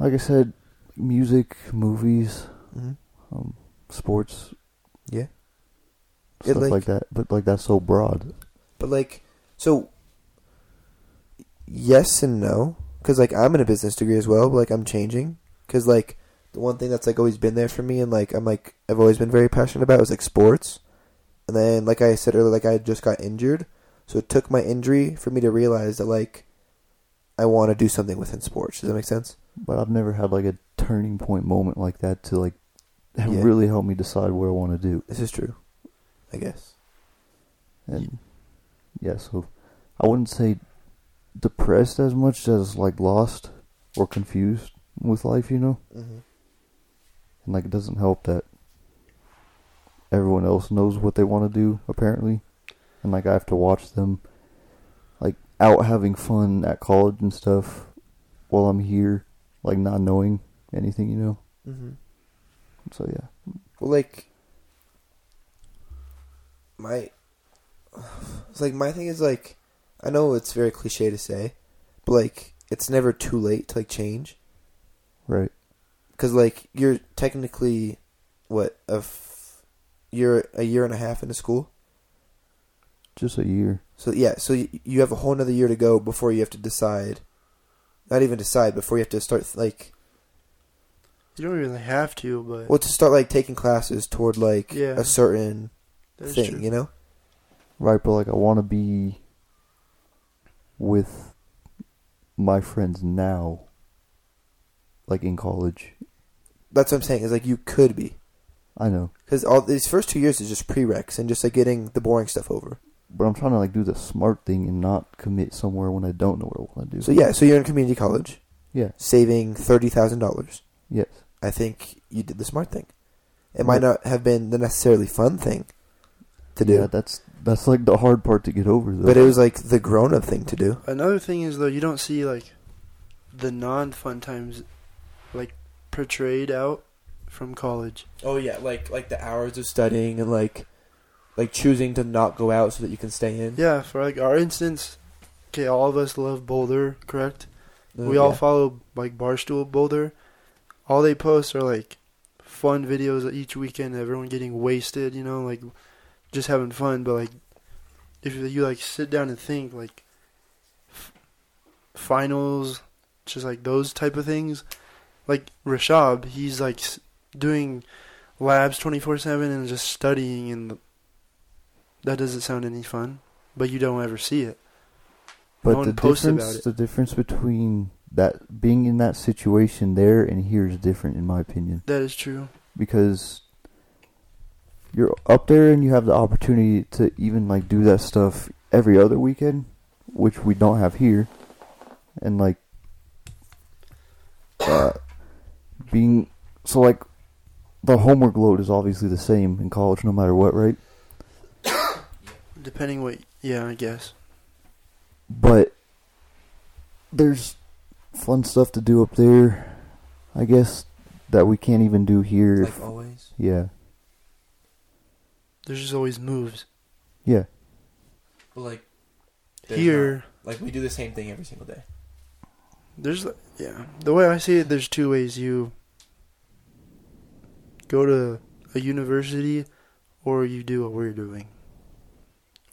Like I said, music, movies, Mm-hmm. um, sports. Yeah. It, Stuff like- like, that. But like that's so broad. But like, so yes and no, because like I'm in a business degree as well. But like I'm changing, because like the one thing that's like always been there for me, and like I'm like I've always been very passionate about was like sports. And then, like I said earlier, like I just got injured, so it took my injury for me to realize that like I want to do something within sports. Does that make sense? But I've never had like a turning point moment like that to like Yeah. really help me decide what I want to do. This is true, I guess. And yeah, so I wouldn't say depressed as much as like lost or confused with life, you know? Mm-hmm. And like it doesn't help that everyone else knows what they want to do, apparently. And like I have to watch them like out having fun at college and stuff while I'm here, like not knowing anything, you know? Mm-hmm. So yeah. Well, like my, it's like my thing is like, I know it's very cliche to say, but like it's never too late to like change Right. because like you're technically, what a, f- you're a year and a half into school, Just a year. so yeah, so you, you have a whole another year to go before you have to decide, not even decide before you have to start like, You don't even have to, but well to start like taking classes toward like Yeah. a certain that's thing, true. you know? Right, but like I want to be with my friends now, like in college. That's what I'm saying is like you could be. I know, Because all these first two years is just prereqs and just like getting the boring stuff over. but I'm trying to like do the smart thing and not commit somewhere when I don't know what I want to do. So yeah, so you're in community college, yeah, saving thirty thousand dollars. yes, I think you did the smart thing. It might not have been the necessarily fun thing to do, yeah. That's that's like the hard part to get over, though. but it was like the grown up thing to do. Another thing is though, you don't see like the non-fun times like portrayed out from college. Oh yeah, like like the hours of studying and like like choosing to not go out so that you can stay Mm-hmm. in. Yeah, for like our instance, okay, all of us love Boulder, correct? Oh, Uh, we all yeah. follow like Barstool Boulder. All they post are like fun videos each weekend. Everyone getting wasted, you know, like just having fun. But like, if you like sit down and think, like f- finals, just like those type of things. Like Rashab, he's like s- doing labs twenty four seven and just studying, and that doesn't sound any fun. But you don't ever see it. no but one the posts about difference it. the difference between that being in that situation there and here is different, in my opinion. That is true. because you're up there and you have the opportunity to even like do that stuff every other weekend, which we don't have here, and like uh, being so like the homework load is obviously the same in college no matter what, right? Depending what, yeah, I guess. but there's fun stuff to do up there, I guess that we can't even do here. like always. yeah, There's just always moves. yeah, But like there's Here, not- like we do the same thing every single day. there's yeah. The way I see it, there's two ways you go to a university or you do what we're doing.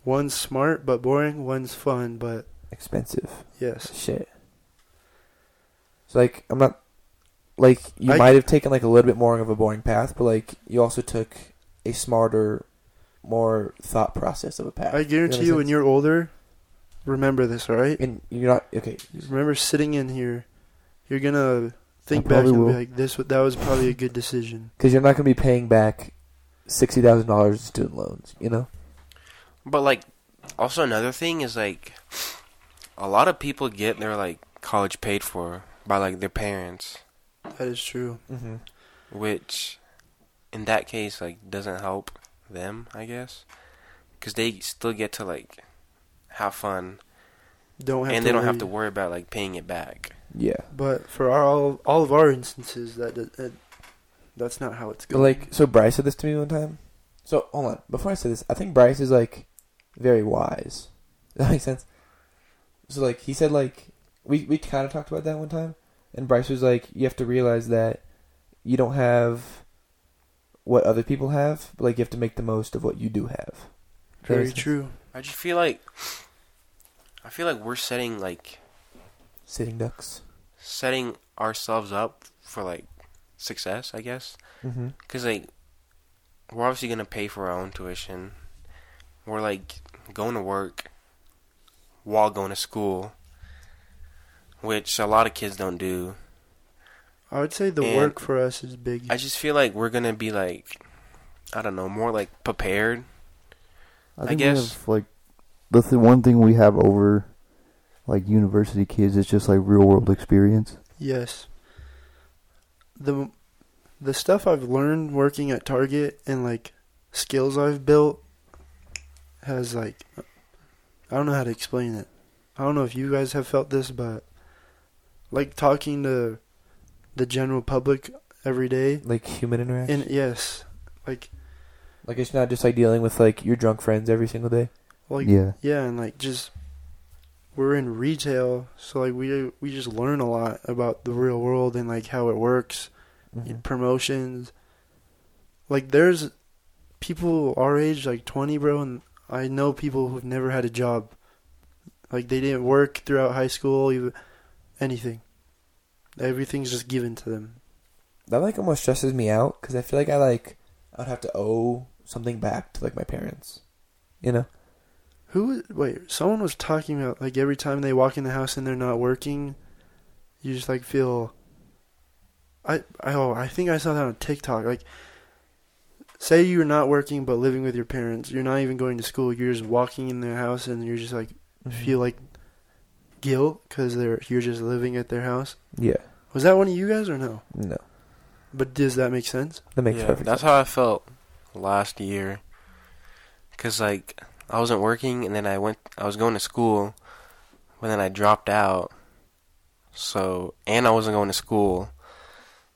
One's smart but boring, one's fun but Expensive yes. shit. So like I'm not like you I- might have taken like a little bit more of a boring path, but like you also took a smarter, more thought process of a path. I guarantee you when you're older, remember this, all right? and you're not okay. Remember sitting in here, you're going to think back probably and be will. like this wa- that was probably a good decision. Because you're not going to be paying back sixty thousand dollars in student loans. You know. But like, also another thing is like, a lot of people get their like college paid for by like their parents, That is true. Mm-hmm. which, in that case, like doesn't help them, I guess, because they still get to like have fun Don't have and to they don't have worry. to worry about like paying it back. Yeah. But for our, all all of our instances, that, that, that that's not how it's But going. like, so Bryce said this to me one time. So hold on, before I say this, I think Bryce is like very wise. [laughs] Does that make sense? So like, he said like we we kind of talked about that one time, and Bryce was like, you have to realize that you don't have what other people have, but like you have to make the most of what you do have. very There's- true. I just feel like I feel like we're setting like Sitting ducks. setting ourselves up for like success, I guess. Mm-hmm. Cause like we're obviously gonna pay for our own tuition. We're like going to work while going to school, which a lot of kids don't do. I would say the And- work for us is big. I just feel like we're gonna be like I don't know, more like prepared. I I think guess- we have like the th- one thing we have over like university kids is just like real world experience. yes. The the stuff I've learned working at Target and like skills I've built has like I don't know how to explain it. I don't know if you guys have felt this, but like talking to the general public every day, Like human interaction. and yes, like like it's not just like dealing with like your drunk friends every single day. like yeah, Yeah, and like just we're in retail, so like we we just learn a lot about the real world and like how it works, Mm-hmm. and promotions. Like there's people our age, like twenty, bro, and I know people who've never had a job. Like they didn't work throughout high school, even anything. Everything's just given to them. that like almost stresses me out because I feel like I like I'd have to owe something back to like my parents, you know. Who was wait? Someone was talking about like every time they walk in the house and they're not working, you just like feel. I I oh I think I saw that on TikTok. Like, say you're not working but living with your parents, you're not even going to school. You're just walking in their house and you're just like Mm-hmm. feel like guilt because they're you're just living at their house. yeah, Was that one of you guys or no? no, But does that make sense? that makes yeah, perfect. that's sense. how I felt last year. Cause like I wasn't working, and then I went. I was going to school, but then I dropped out. So and I wasn't going to school.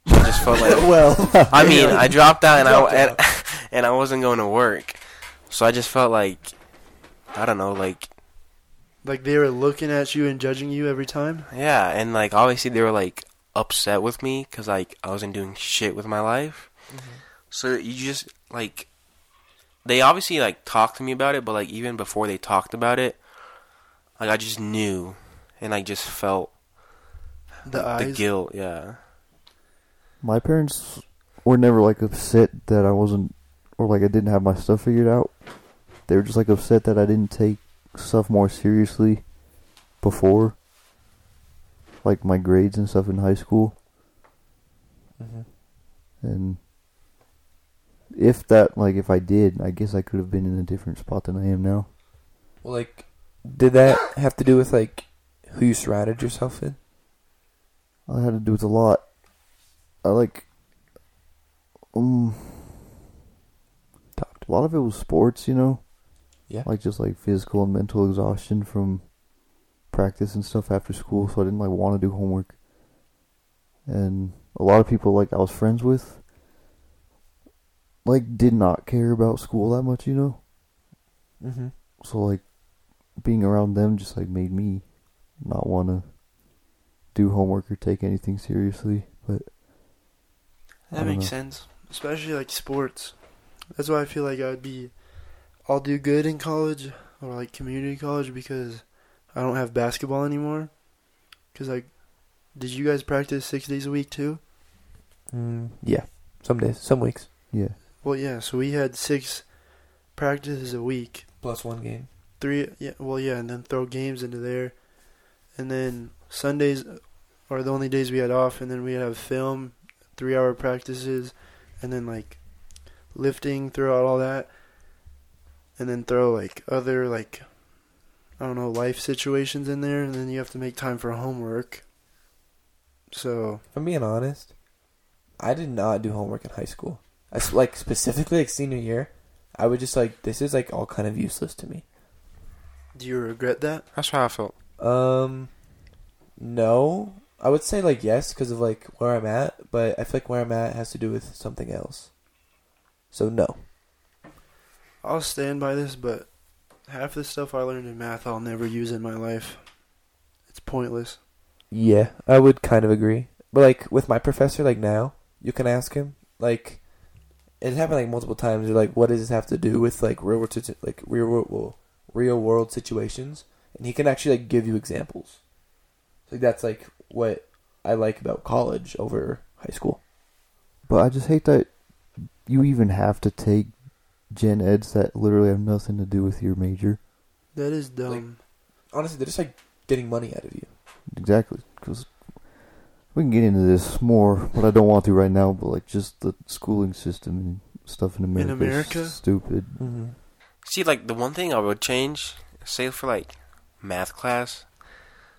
I just felt like well, I mean I dropped out and Dropped I and, and [laughs] I wasn't going to work. So I just felt like I don't know, like Like they were looking at you and judging you every time. yeah, and like obviously they were like upset with me because like I wasn't doing shit with my life. So you just like they obviously like talked to me about it, but like even before they talked about it, like I just knew, and I just felt The like, the eyes. guilt. Yeah, [laughs] my parents were never like upset that I wasn't or like I didn't have my stuff figured out. They were just like upset that I didn't take stuff more seriously before, like my grades and stuff in high school. Mhm. And if that, like, if I did, I guess I could have been in a different spot than I am now. well, like, did that have to do with like who you surrounded yourself with? I had to do with a lot. I like, um, a lot of it was sports, you know. Yeah. Like just like physical and mental exhaustion from practice and stuff after school, so I didn't like want to do homework. And a lot of people like I was friends with, like did not care about school that much, you know. Mm-hmm. So like being around them just like made me not want to do homework or take anything seriously. But I that don't makes know. sense. especially like sports. That's why I feel like I'd be, I'll do good in college or like community college because I don't have basketball anymore. Cause like, did you guys practice six days a week too? Mm, yeah, some days, some weeks, yeah, Well, yeah. So we had six practices a week. plus one game. Three, yeah. Well, yeah, and then throw games into there, and then Sundays are the only days we had off, and then we have film, three-hour practices, and then like lifting throughout all that, and then throw like other like I don't know life situations in there, and then you have to make time for homework. So If I'm being honest, I did not do homework in high school. I s- like specifically like senior year, I would just like this is like all kind of useless to me. do you regret that? That's how I felt. Um, no, I would say like yes because of like where I'm at, but I feel like where I'm at has to do with something else. So no. I'll stand by this, but half the stuff I learned in math I'll never use in my life. It's pointless. Yeah, I would kind of agree. But like with my professor, like now, you can ask him. Like it happened like multiple times. You're like, what does this have to do with like real world, situ- like real world, well, real world situations? And he can actually like give you examples. Like that's like what I like about college over high school. But I just hate that you even have to take gen eds that literally have nothing to do with your major. That is dumb. Honestly, they're just like getting money out of you. Exactly, because we can get into this more, but I don't want to right now. But like, just the schooling system and stuff in America, America? is stupid. Mm-hmm. See, like the one thing I would change, say for like math class,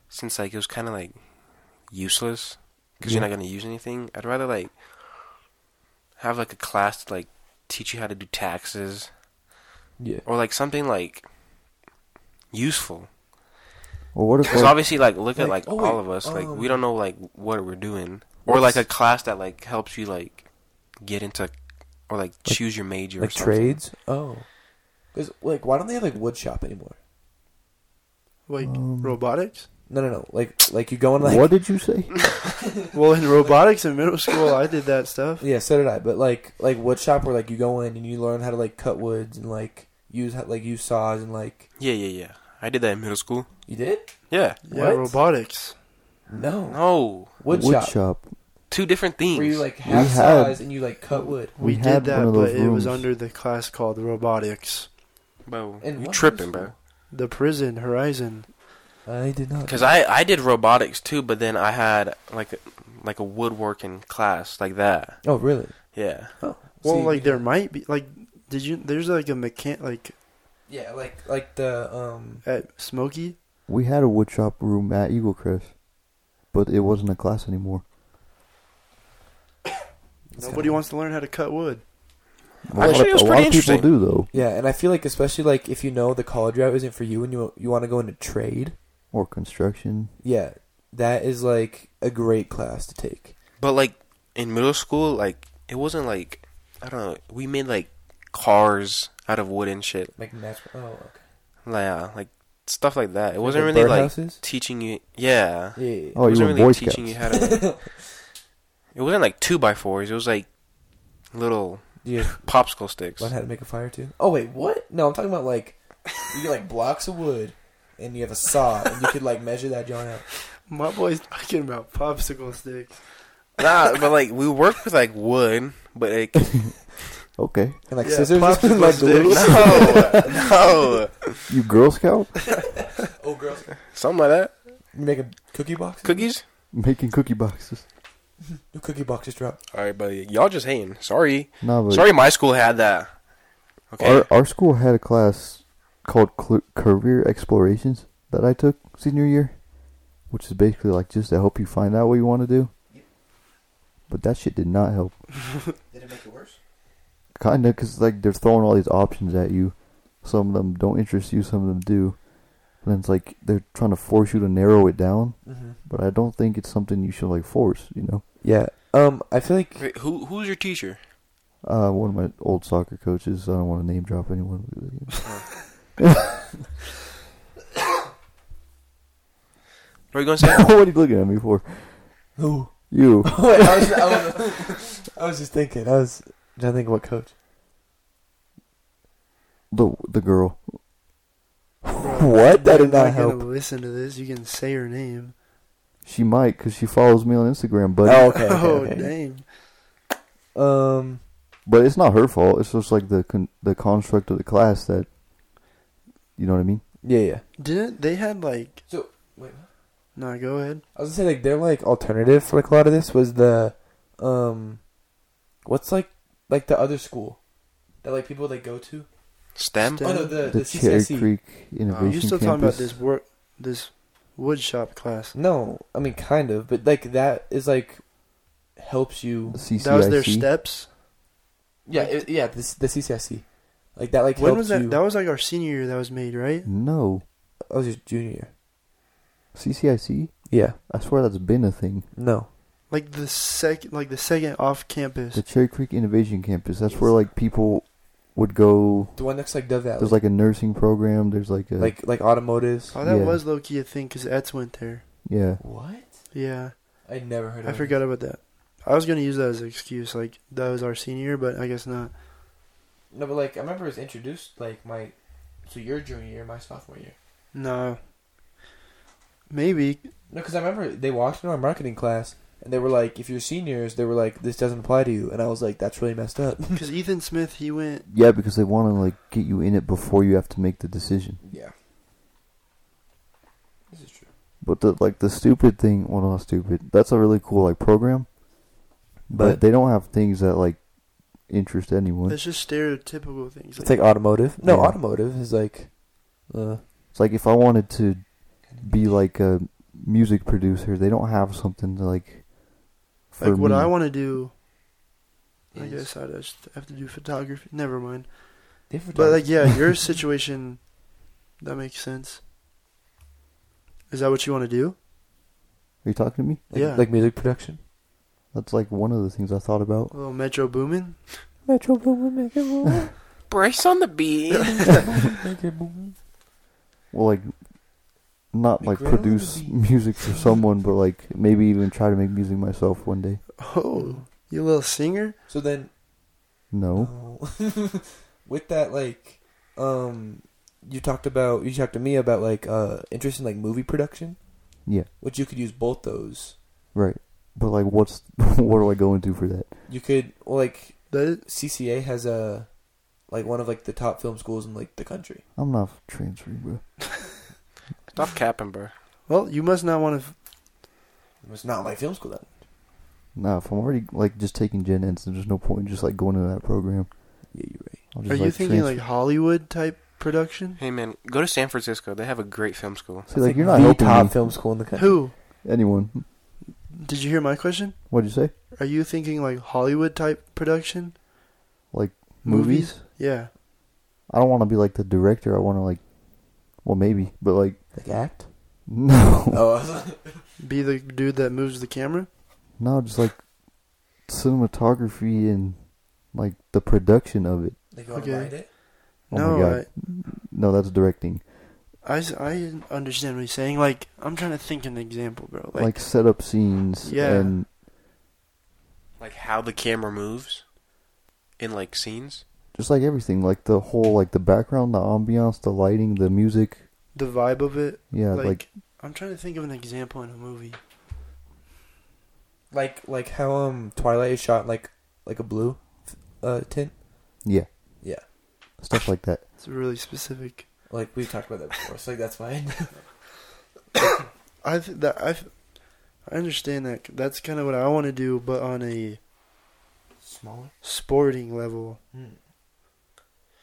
since like it was kind of like useless because you're not gonna use anything. I'd rather like have like a class to like teach you how to do taxes Yeah. or like something like useful. Well, [laughs] what if Because like, obviously, like look at like Like, oh, all wait, of us, like we um, don't know like what we're doing or what's- like a class that like helps you like get into or like choose your major or Like something. trades. Oh. Because like, why don't they have like wood shop anymore? Like Um, robotics? No, no, no. Like, like you go in like what did you say? Well, in robotics in middle school, I did that stuff. Yeah, so did I. But like like wood shop where like you go in and you learn how to like cut woods and like use how, like use saws and like Yeah, yeah, yeah. I did that in middle school. you did Yeah. Yeah, What? robotics. no, No, wood, shop, two different things. where you like have had- saws and you like cut wood. We We, did had that, one of but those it was rooms. under the class called robotics. bro, In you what tripping, middle bro? The prison horizon. I did not Because I I did robotics too, but then I had like a, like a woodworking class like that. oh really Yeah. oh Well, See, like there might be like did you there's like a mechan like yeah like like the um at Smoky? We had a woodshop room at Eagle Crest, but it wasn't a class anymore. it's Nobody kinda- wants to learn how to cut wood. A lot, Actually, it was a lot pretty of people interesting. do though, yeah, and I feel like especially like if you know the college route isn't for you and you you want to go into trade or construction. yeah that is like a great class to take But like in middle school, like it wasn't like I don't know. We made like cars out of wood and shit. like natural oh okay Like, yeah, like stuff like that. It wasn't Like really like birdhouses? teaching you. Yeah. yeah, yeah, yeah. Oh, it you wasn't were really Boy teaching Scouts. you how to. Like, it wasn't like two by fours. It was like little yeah popsicle sticks. Learn how to make a fire too. Oh wait, what? No, I'm talking about like you get like blocks of wood, and you have a saw, and you could like measure that joint out. My boy's talking about popsicle sticks. Nah, but like we worked with like wood, but like Okay, [laughs] And like Yeah, scissors, like popsicle the little- sticks. [laughs] no, no, you Girl Scout [laughs] Oh girls, something like that. you make a cookie box. Cookies. making cookie boxes. New cookie box just dropped. All right, buddy. Y'all just hating. Sorry, Nah, but sorry. My school had that. Okay. Eh. Our our school had a class called Cl- Career Explorations that I took senior year, which is basically like just to help you find out what you want to do. But that shit did not help. [laughs] Did it make it worse? Kinda, cause like they're throwing all these options at you. Some of them don't interest you. Some of them do. And then it's like they're trying to force you to narrow it down. Mm-hmm. But I don't think it's something you should like force. You know, Yeah. Um, I feel like Wait, who who's your teacher? uh, one of my old soccer coaches. I don't want to name drop anyone. [laughs] What are you gonna [laughs] say? what are you looking at me for? [laughs] who? You. Wait, [laughs] I was, I, was, I was just thinking. I was trying to think of what coach. The the girl. What? That did You're not gonna help. Listen to this. You can say her name. She might, cause she follows me on Instagram, but Oh, okay. okay, [laughs] oh okay. dang! Um, but it's not her fault. It's just like the con- the construct of the class that, you know what I mean. yeah, yeah. Didn't they had like? So, wait, Nah, go ahead. I was gonna say like their like alternative for like a lot of this was the um what's like like the other school that like people like go to? STEM. STEM. Oh no the, the, The, Cherry CCSC. Creek Oh, Innovation you still talking about Campus. this work? This wood shop class. No, I mean kind of, but like that is like helps you CCIC. That was their steps. Yeah, it, yeah, this the CCSC. E. Like that like when helps was that? you Oh, That was like our senior year that was made, right? No, I was just junior. CCIC. Yeah. I swear that's been a thing. No. Like the sec, like the second off campus. The Cherry Creek Innovation Campus. That's where like people would go. The one next like Dove Valley. There's like a nursing program. There's like a like like automotives. Oh, that yeah. was low key a thing because Etz went there. yeah. What? Yeah, I never heard. of I it. forgot about that. I was gonna use that as an excuse, like that was our senior, but I guess not. No, but like I remember it was introduced like my, so your junior year, my sophomore year. No. Maybe No, because I remember they walked into our marketing class and they were like, if you're seniors, they were like, this doesn't apply to you, and I was like, that's really messed up. [laughs] [laughs] because Ethan Smith, he went. Yeah, because they want to like get you in it before you have to make the decision. yeah. This is true. But the like the stupid thing, well not stupid. That's a really cool like program, but, But- they don't have things that like interest anyone. That's just stereotypical things. It's like automotive. No, Yeah. automotive is like, uh, It's like if I wanted to be like a music producer, they don't have something to like. For like what me. I want to do. I Is- guess I just have to do photography. Never mind. different. But like, [laughs] yeah, your situation. That makes sense. Is that what you want to do? Are you talking to me? like, yeah. like music production. That's like one of the things I thought about. A little Metro Boomin. Metro boom, Metro boom, Brace on the beat. [laughs] Metro boom. Well, like not Like like Greta produce [laughs] Lee. music for someone, but like maybe even try to make music myself one day. Oh, you little singer. So then No, Oh. [laughs] With that, like, um, you talked about you talked to me about like uh interest in like movie production. Yeah. Which you could use both those. right. But like, what's [laughs] what do I go into for that? You could well, like That is, CCA has a like one of like the top film schools in like the country. I'm not transferring, bro. Stop capping, bro. well, you must not want to. It's not my film school then. Nah, if I'm already like just taking gen eds, there's no point in just like going into that program. Yeah, you're right. I'll Are just, you thinking transfer- like Hollywood type production? Hey man, go to San Francisco. They have a great film school. See, like you're not the helping top me. film school in the country. Who? anyone. Did you hear my question? What'd you say? Are you thinking like Hollywood type production? Like Movies? Yeah. I don't want to be like the director. I want to like, well, maybe, but like, [laughs] Like act? no, Oh, [laughs] I was [laughs] like, Be the dude that moves the camera. no, just like cinematography and like the production of it. they go and Okay. write it. Oh no, my god, no, that's directing. I, s- I understand what he's saying. Like, I'm trying to think an example, bro. Like, Like, set up scenes Yeah. and Like how the camera moves in like scenes. just like everything, like the whole, like the background, the ambiance, the lighting, the music. the vibe of it. Yeah, like, like, I'm trying to think of an example in a movie. Like like how um Twilight is shot in, like like a blue uh tint. yeah, Yeah. stuff like that. It's really specific. Like we've talked about that before, so like that's fine. [laughs] I th- that I th- I understand that. That's kind of what I want to do, but on a Smaller. sporting level.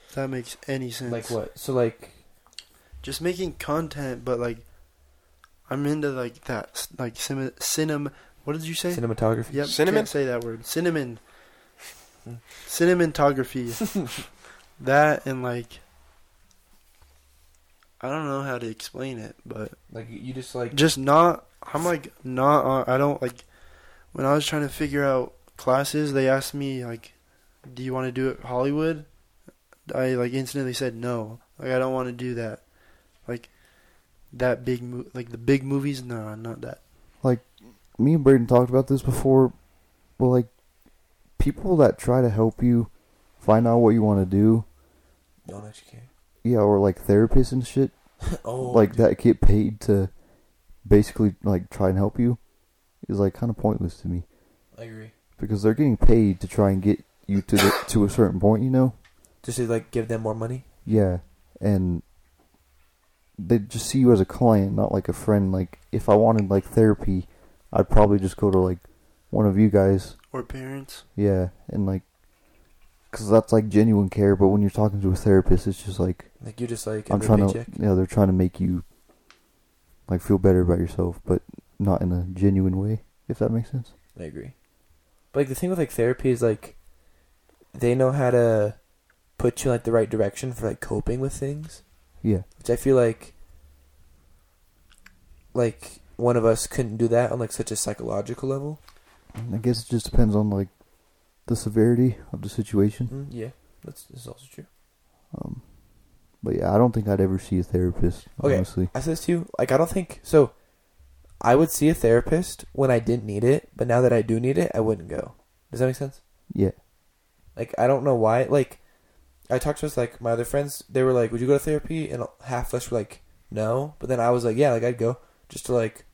If that makes any sense. Hmm. Like what? So like Just making content, but like, I'm into like that, s- like cinem, cinem. What did you say? cinematography. Yep, Cinnamon? Can't say that word. Cinnamon. Hmm. Cinematography. [laughs] that and like. I don't know how to explain it, but Like you just like just not. I'm like not. On, I don't like. When I was trying to figure out classes, they asked me like, "Do you want to do it Hollywood?" I like instantly said no. Like I don't want to do that. Like that big mo- like the big movies. No, not that. me and Braden talked about this before. But like, people that try to help you find out what you want to do, don't actually [laughs] yeah, or like therapists and shit, care. oh, like that get paid to basically like try and help you is like kind of pointless to me I agree. because they're getting paid to try and get you to the, to a certain point, you know? Just to like give them more money. Yeah, and they just see you as a client, not like a friend. Like if I wanted like therapy, I'd probably just go to like one of you guys. Or parents. Yeah, and like cuz that's like genuine care, but when you're talking to a therapist, it's just like Like you just like I'm in the trying paycheck. to, yeah, they're trying to make you like feel better about yourself, but not in a genuine way. If that makes sense. I agree. But like the thing with like therapy is like they know how to put you in like the right direction for like coping with things, Yeah, which I feel like like one of us couldn't do that on like such a psychological level. I guess it just depends on like the severity of the situation. Mm, yeah, that's, that's also true. Um, but yeah, I don't think I'd ever see a therapist. Okay. Honestly, I said this to you, like I don't think so. I would see a therapist when I didn't need it, but now that I do need it, I wouldn't go. Does that make sense? yeah, Like I don't know why. Like I talked to us like my other friends. They were like, "Would you go to therapy?" And half of us were like, "No," but then I was like, "Yeah, like I'd go just to like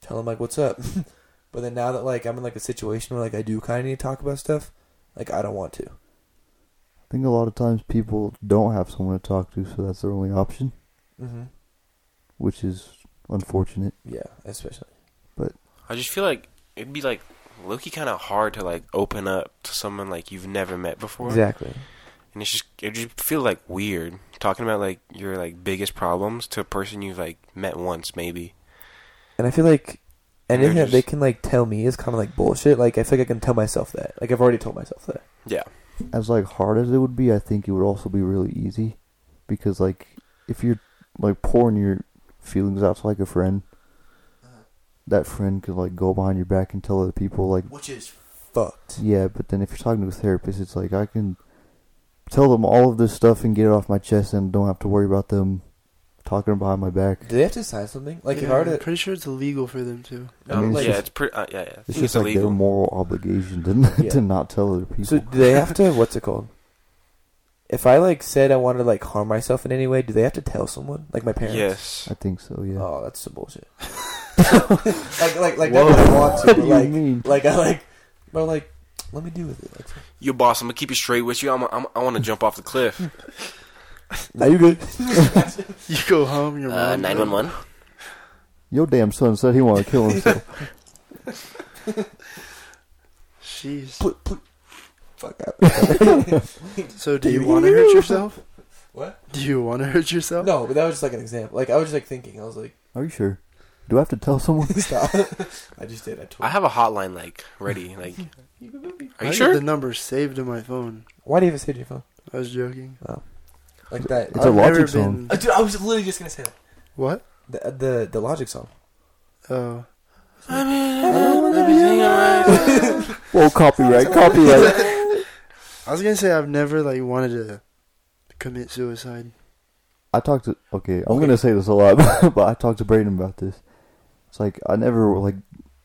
tell them like what's up." [laughs] but then now that like I'm in like a situation where like I do kind of need to talk about stuff, like I don't want to. I think a lot of times people don't have someone to talk to, so that's their only option, Mm-hmm. which is unfortunate. Yeah, especially. I just feel like it'd be like Loki kind of hard to like open up to someone like you've never met before. Exactly. And it's just it just feel like weird talking about like your like biggest problems to a person you've like met once maybe. And I feel like And they're anything that they just- can like tell me is kind of like bullshit. Like I feel like I can tell myself that. Like I've already told myself that. Yeah. As like hard as it would be, I think it would also be really easy, because like if you're like pouring your feelings out to like a friend, Uh-huh. that friend could like go behind your back and tell other people like Which is Fucked. Yeah, but then if you're talking to a therapist, it's like I can tell them all of this stuff and get it off my chest and don't have to worry about them talking behind my back. Do they have to sign something? Like yeah, if I were I'm to, pretty sure it's illegal for them to. [laughs] I mean, Um, like- yeah, it's pretty. Uh, yeah, yeah. I think It's It's, just like illegal. their moral obligation to, Yeah. to not tell other people. so do they have [laughs] to? What's it called? If I like said I wanted to like harm myself in any way, do they have to tell someone? Like my parents? yes. I think so, yeah. Oh, that's some [laughs] bullshit. like like like that's what I want What to. But, do [laughs] you like mean? like I like, but like, let me do with it. Like, Yo, boss, I'm gonna keep it straight with you. I'm, I'm I want to jump off the cliff. are you good? You go home, your [laughs] Uh, mom. nine one one. Your damn son said he wanted to kill himself. Jeez. Fuck out. So, do you want to hurt yourself? What? Do you want to hurt yourself? No, but that was just like an example. Like I was just like thinking. I was like, [laughs] Are you sure? Do I have to tell someone? stop. [laughs] I just did. I told. I have a hotline like ready. Like, I are you got sure? The number saved in my phone. Why do you have a your phone? I was joking. Like that. It's a I've never Logic song. Uh, been- dude, I was literally just gonna say that. What? The the, the Logic song. Oh. [laughs] Well, copyright, copyright. I was gonna say I've never like wanted to commit suicide. [laughs] I talked to okay. I'm Okay. gonna say this a lot, [laughs] but I talked to Braden about this. It's like I never like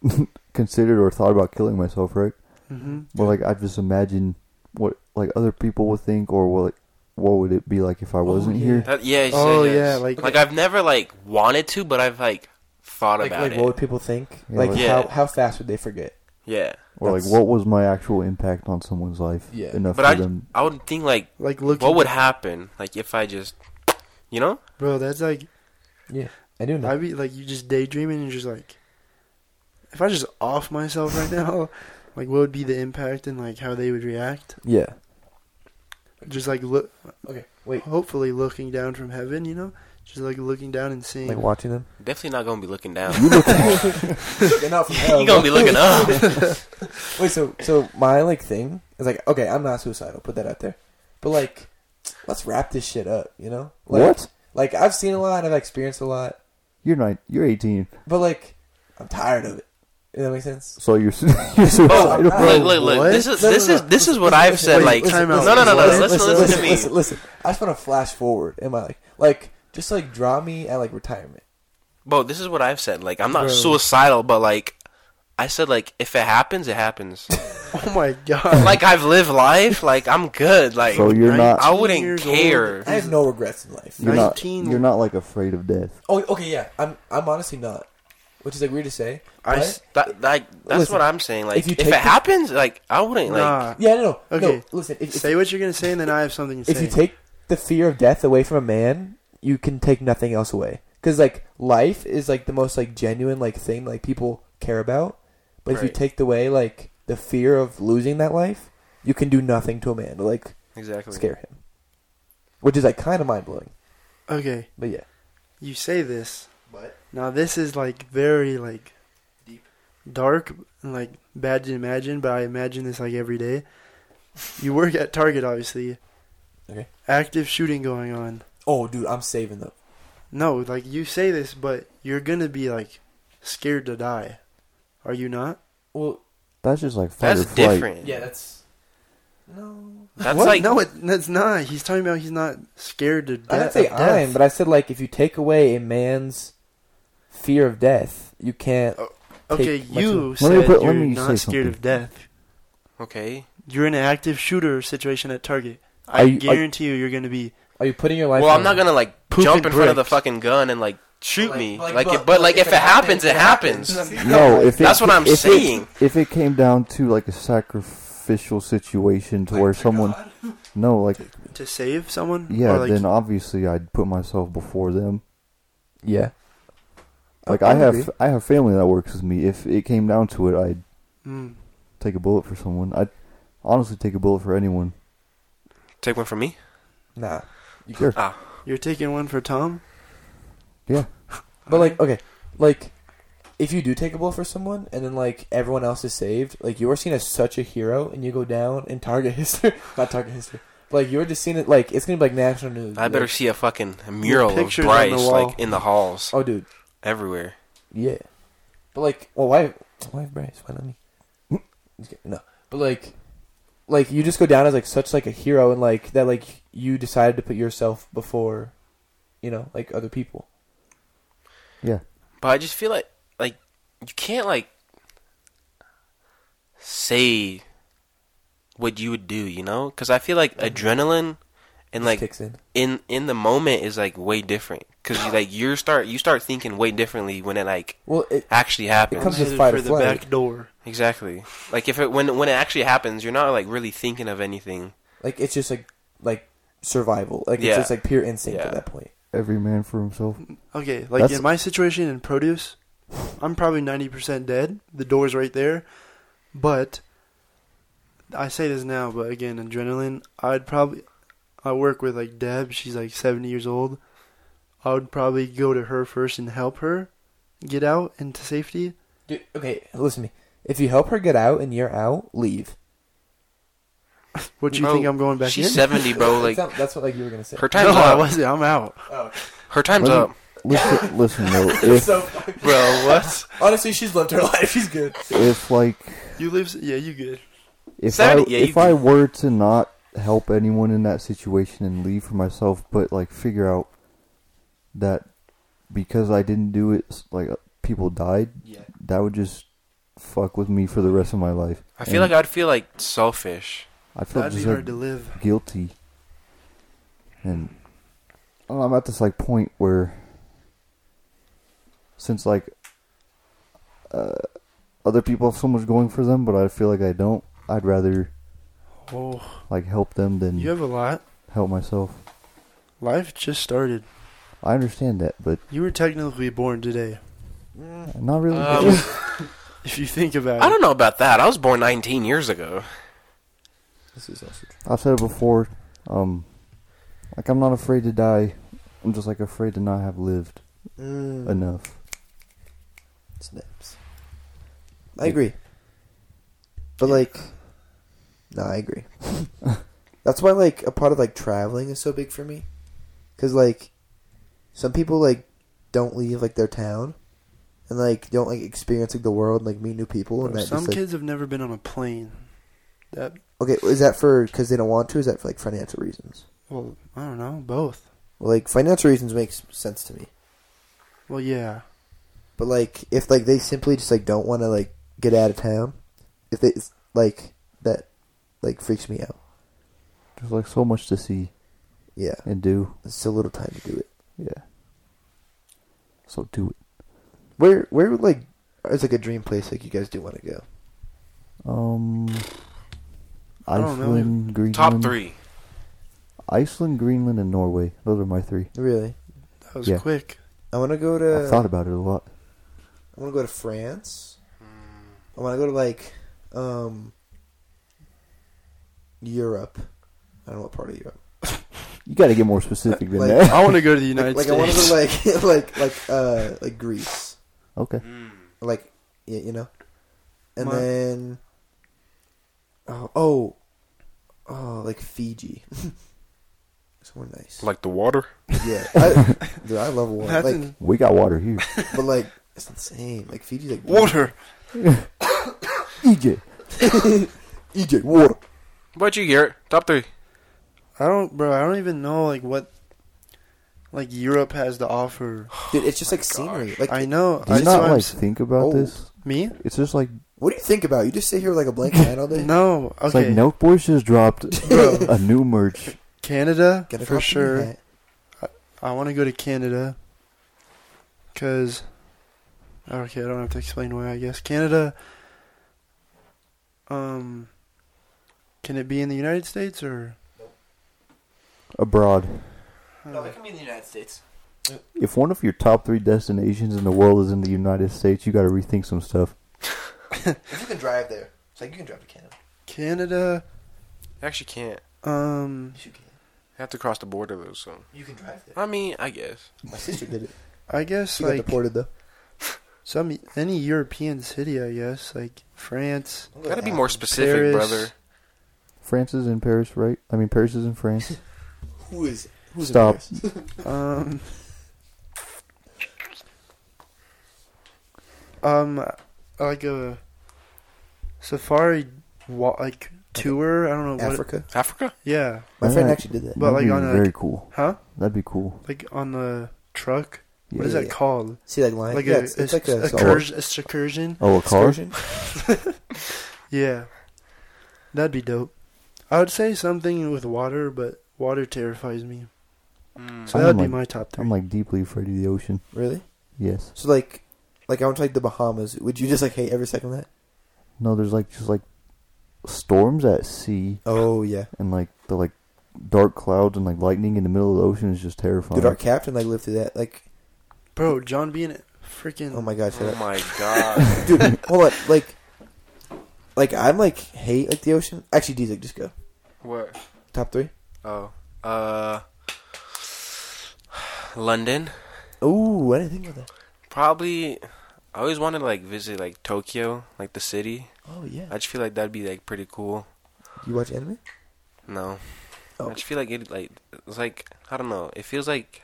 [laughs] considered or thought about killing myself, right? Mm-hmm. But like I just imagine what like other people would think, or what like, what would it be like if I wasn't yeah. here? That, Oh, yeah. Oh, Oh yeah, yeah. like- Like, like I've never like wanted to, but I've like thought Like, about like it. what would people think? Yeah, like like- how Yeah. how fast would they forget? yeah. Or like That's- what was my actual impact on someone's life? Yeah. enough But for I- them. I would think like, Like look. what would happen? Like if I just, you know, bro? That's like I do know. I'd be like you just daydreaming and just like if I just off myself right now, [laughs] like what would be the impact and like how they would react? yeah. Just like look, Okay. Wait. [laughs] hopefully looking down from heaven, you know, just like looking down and seeing. Like watching them. definitely not gonna be looking down. [laughs] They're not from hell, you gonna be bro. looking up. [laughs] Wait. So so my like thing is like okay, I'm not suicidal. Put that out there. But like, let's wrap this shit up. You know. Like, what? Like I've seen a lot. I've experienced a lot. You're nine. You're eighteen. But like, I'm tired of it. Does that make sense? So you're su- [laughs] you're Oh, suicidal. Bro, look, look, look. what? This is No, no, this no. is this is what Listen, I've listen, said. wait, Like, listen, time out. no, no, no, no. Listen, Listen, listen, to me. Listen, listen. I just want to flash forward in my like, like, just like draw me at like retirement. Bro, this is what I've said. Like, I'm not Bro. suicidal, but like, I said, like, if it happens, it happens. [laughs] oh my god! like, I've lived life. Like, I'm good. Like, So you're not. I 19 wouldn't years old. care. I have no regrets in life. You're not. 19. You're not like afraid of death. Oh, okay, yeah. I'm, I'm honestly not, which is like weird to say. I but- s- That, like, that's Listen, what I'm saying. Like, if you if, take it the- happens, like, I wouldn't. Like, nah. yeah, no, no. Okay. No, listen, if, say if, what you're gonna say, and then I have something to if say. you take the fear of death away from a man, you can take nothing else away. Because like life is like the most like genuine like thing like people care about. But if you Right. take away like the fear of losing that life, you can do nothing to a man to like exactly. scare him, which is like kind of mind blowing. okay, But yeah, you say this. But- now this is like very like deep, dark, and like bad to imagine. But I imagine this like every day. You work at Target, obviously. Okay. Active shooting going on. oh dude, I'm saving them. No, like you say this, but you're gonna be like scared to die. Are you not? Well, That's just like fight That's or flight. different. yeah, that's no. That's What? like no, it, that's not. He's talking about he's not scared to de- I didn't say of death. I'm, but I said like if you take away a man's fear of death, you can't. Oh, okay, take much you Let me said put- let you're me not say scared of something. death. okay. You're in an active shooter situation at Target. Are I you- are- guarantee you, you're going to be. Are you putting your life? Well, on I'm not gonna like Poop jump in and front of the bricks. fucking gun and like shoot Like- me. like, Like, but- it, but like if, it happens, it happens. [laughs] [laughs] No, if it, That's what I'm if it- saying. if it came down to like a sacrificial situation to [laughs] where someone, no, like To save someone? yeah, Or, like, then obviously I'd put myself before them. Yeah. Like I I have, agree. I have family that works with me. If it came down to it, I'd mm, take a bullet for someone. I'd honestly take a bullet for anyone. Take one from me. Nah. Sure. Ah, you're taking one for Tom? But like, okay, like if you do take a bullet for someone and then like everyone else is saved, like you are seen as such a hero and you go down in target [laughs] history, not target history, but like you're just seen it like it's gonna be like national news. I better Like, see a fucking mural of picture's on the Bryce wall. like in the halls oh, dude. everywhere. Yeah. But like, well, why? Why Bryce? Why not me? Just kidding. no. But like, like you just go down as like such like a hero and like that like you decided to put yourself before, you know, like other people. Yeah, But I just feel like like you can't like say what you would do, you know? Cuz I feel like adrenaline and Just like kicks in. in in the moment is like way different cuz you like you start you start thinking way differently when it like Well, it, actually happens. comes with Headed fight for or the flight. back door. Exactly. Like if it when when it actually happens, you're not like really thinking of anything. like it's just like like survival. Like Yeah. it's just like pure instinct Yeah. at that point. every man for himself. Okay, like That's- in my situation in produce, I'm probably 90% dead. The door's right there. But I say this now, but again, adrenaline, I'd probably I work with like Deb, she's like 70 years old. I would probably go to her first and help her get out into safety. Dude, okay, listen to me. If you help her get out and you're out, leave. What do you Bro, think I'm going back She's in? 70, bro. That's Like not- that's what like you were gonna say. Oh, her [laughs] No, time's I up. wasn't. I'm out. Her time's Wasn't- up, [laughs] Listen, [laughs] listen though, [laughs] if so bro. What? honestly, she's lived her [laughs] life. She's good. if like You live? Yeah, you good. if I Saturday- yeah, you if I can- were to not help anyone in that situation and leave for myself, but like figure out that because I didn't do it, s- like uh, people died, Yeah. that would just fuck with me for the rest of my life. I feel like And I'd feel like selfish. I feel That'd be just hard like to live. guilty, and I don't know, I'm at this like point where since like uh, other people have so much going for them, but I feel like I don't. I'd rather Oh, like help them than you have a lot. help myself. Life just started. I understand that, but You were technically born today, [laughs] not really. Uh, Um, if you think about it. I don't know about that. I was born 19 years ago. This is also true. I've said it before. Um, like I'm not afraid to die. I'm just like afraid to not have lived Mm. enough. Snaps. I agree. But like, no, I agree. [laughs] That's why like a part of like traveling is so big for me, because like, some people like don't leave like their town, and like don't like experience like the world, and, like meet new people, and Bro, that some just like kids have never been on a plane. That okay, is that for because they don't want to? Is that for like financial reasons? well, I don't know, both. Well, like financial reasons makes sense to me. Well, yeah, But like, if like they simply just like don't want to like get out of town, if they it's, like that, like freaks me out. There's like so much to see Yeah, and do. it's so little time to do it. Yeah. So do it. Where where would like is like a dream place like you guys do want to go? Um, I don't know. Iceland, Greenland, Top three. Iceland, Greenland, and Norway. Those are my three. Really, that was Yeah. quick. I want to go I to. thought about it a lot. I want to go to France. I want to go to like, um, Europe. I don't know what part of Europe. You got to get more specific than Like- uh, that. I want to go to the United [laughs] Like, like I want to States. go like [laughs] like like uh like Greece. [laughs] Okay. Mm. like y- you know and My- then oh, oh oh like fiji [laughs] somewhere nice Like the water. [laughs] yeah I, dude, I love water That's like, in- We got water here. [laughs] but like It's insane. Like Fiji's like Water. EJ. EJ water. What about you, Garrett? Top three. I don't, bro. I don't even know like what, like Europe has to offer. Dude, it's just Oh my like scenery. gosh. Like, I know. Do you I, not I'm like s- think about old. this? me? It's just like what do you think about? You just sit here with like a blank mind all day. [laughs] No. it's Okay. like Nelk Boys just dropped Bro. a new merch. Canada Get a for copy of sure. that. I want to go to Canada because okay, I don't have to explain why. I guess Canada. Um, can it be in the United States or? Abroad. I don't know. can be in the United States. If one of your top three destinations in the world is in the United States, you got to rethink some stuff. If you can drive there, it's like you can drive to Canada. Canada. actually can't. Um, Yes, you can. You have to cross the border though. So You can drive there. I mean, I guess. My sister did it. I guess She got like deported though. some any European city. I guess like France, I'm going Gotta be to more Athens. specific, Paris. brother. France is in Paris, right? I mean, Paris is in France. Who is? Who's Stop. embarrassed? Um, um, like a safari wa- like tour. I don't know. What Africa. Africa. yeah. My All friend right. actually did that. But, That'd like, be on a- very cool. Huh? That'd be cool. Like on the truck. Yeah. what is yeah, that yeah. called? See that line? Like yeah, a, it's, it's like a, a solo- excursion, excursion. Oh, a car? excursion. Yeah, that'd be dope. I would say something with water, but water terrifies me. Mm. So I'm that would be like- my top 3 I'm like deeply afraid of the ocean. Really? Yes. So like, like I went to like the Bahamas. Would you just like hate every second of that? No, there's like just like storms at sea Oh yeah. and like the like dark clouds and like lightning in the middle of the ocean is just terrifying. Dude, our captain like lived through that. Like, Bro, John being a freaking. oh my god, shut [laughs] Oh up. my god. [laughs] dude. Hold on, like, like I'm like hate like the ocean. Actually, D's like just go what? top three. Oh. Uh. London. Ooh, I didn't think about that. Probably. I always wanted to like visit like Tokyo, like the city. Oh yeah. I just feel like that'd be like pretty cool. You watch anime? No. Oh. I just feel like it like it's like I don't know. It feels like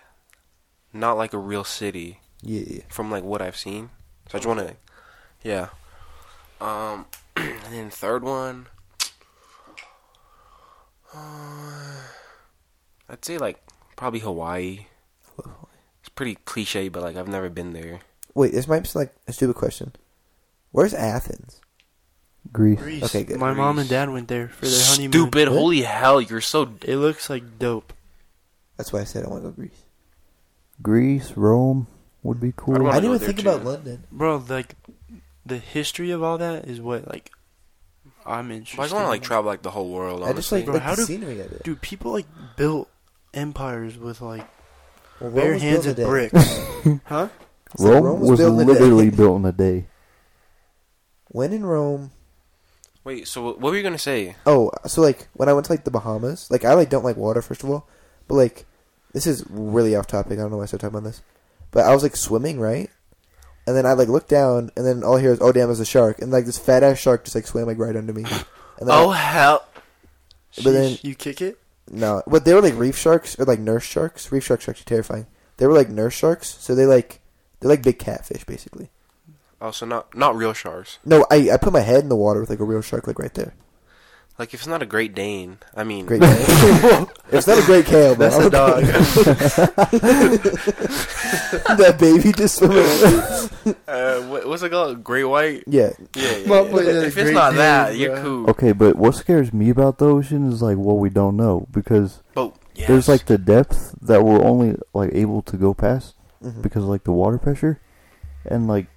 not like a real city Yeah. yeah. from like what I've seen. So I just want to yeah. Um [clears throat] and then third one uh, I'd say like probably Hawaii. It's pretty cliche, but like I've never been there. Wait, this might be like a stupid question. Where's Athens? Greece. Greece. Okay, good. My mom Greece. and dad went there for their honeymoon. Stupid! What? Holy hell! You're so d- It looks like dope. That's why I said I want to go to Greece. Greece, Rome would be I cool. wanna I didn't go even there, think too. about London. bro like the history of all that is what like i'm interested I just want to like in. travel like the whole world. I just like, Honestly, Bro, like how the do- scenery of it. dude people like built empires with like Well, Rome bare was hands built of in a day. bricks [laughs] huh So Rome, Rome was was, built in a literally day. built in a day. When in Rome, wait. So what what were you gonna say? Oh, so like when I went to like the Bahamas, like I like don't like water first of all, but like this is really off topic. I don't know why I started talking about this, but I was like swimming right, and then I like looked down, and then all I hear is oh damn, there's a shark, and like this fat ass shark just like swam like right under me. And then Oh I- hell! But then- you kick it no, but they were like reef sharks or like nurse sharks. Reef sharks are actually terrifying. They were like nurse sharks, so they like they're like big catfish basically. Oh, so not not real sharks. No, I I put my head in the water with like a real shark like right there. Like if it's not a Great Dane, I mean, [laughs] [laughs] uh, Great. [laughs] Kale. it's not a great kale, but that's a dog [laughs] that baby just swimming. uh, what, what's it called? Great White. Yeah, Yeah. yeah, Well, yeah. but, uh, If it's Great not that, Dane, you're bruh. cool. Okay, but what scares me about the ocean is like what we don't know because But yes. there's like the depth that we're only like able to go past Mhm. because of, like the water pressure, and like,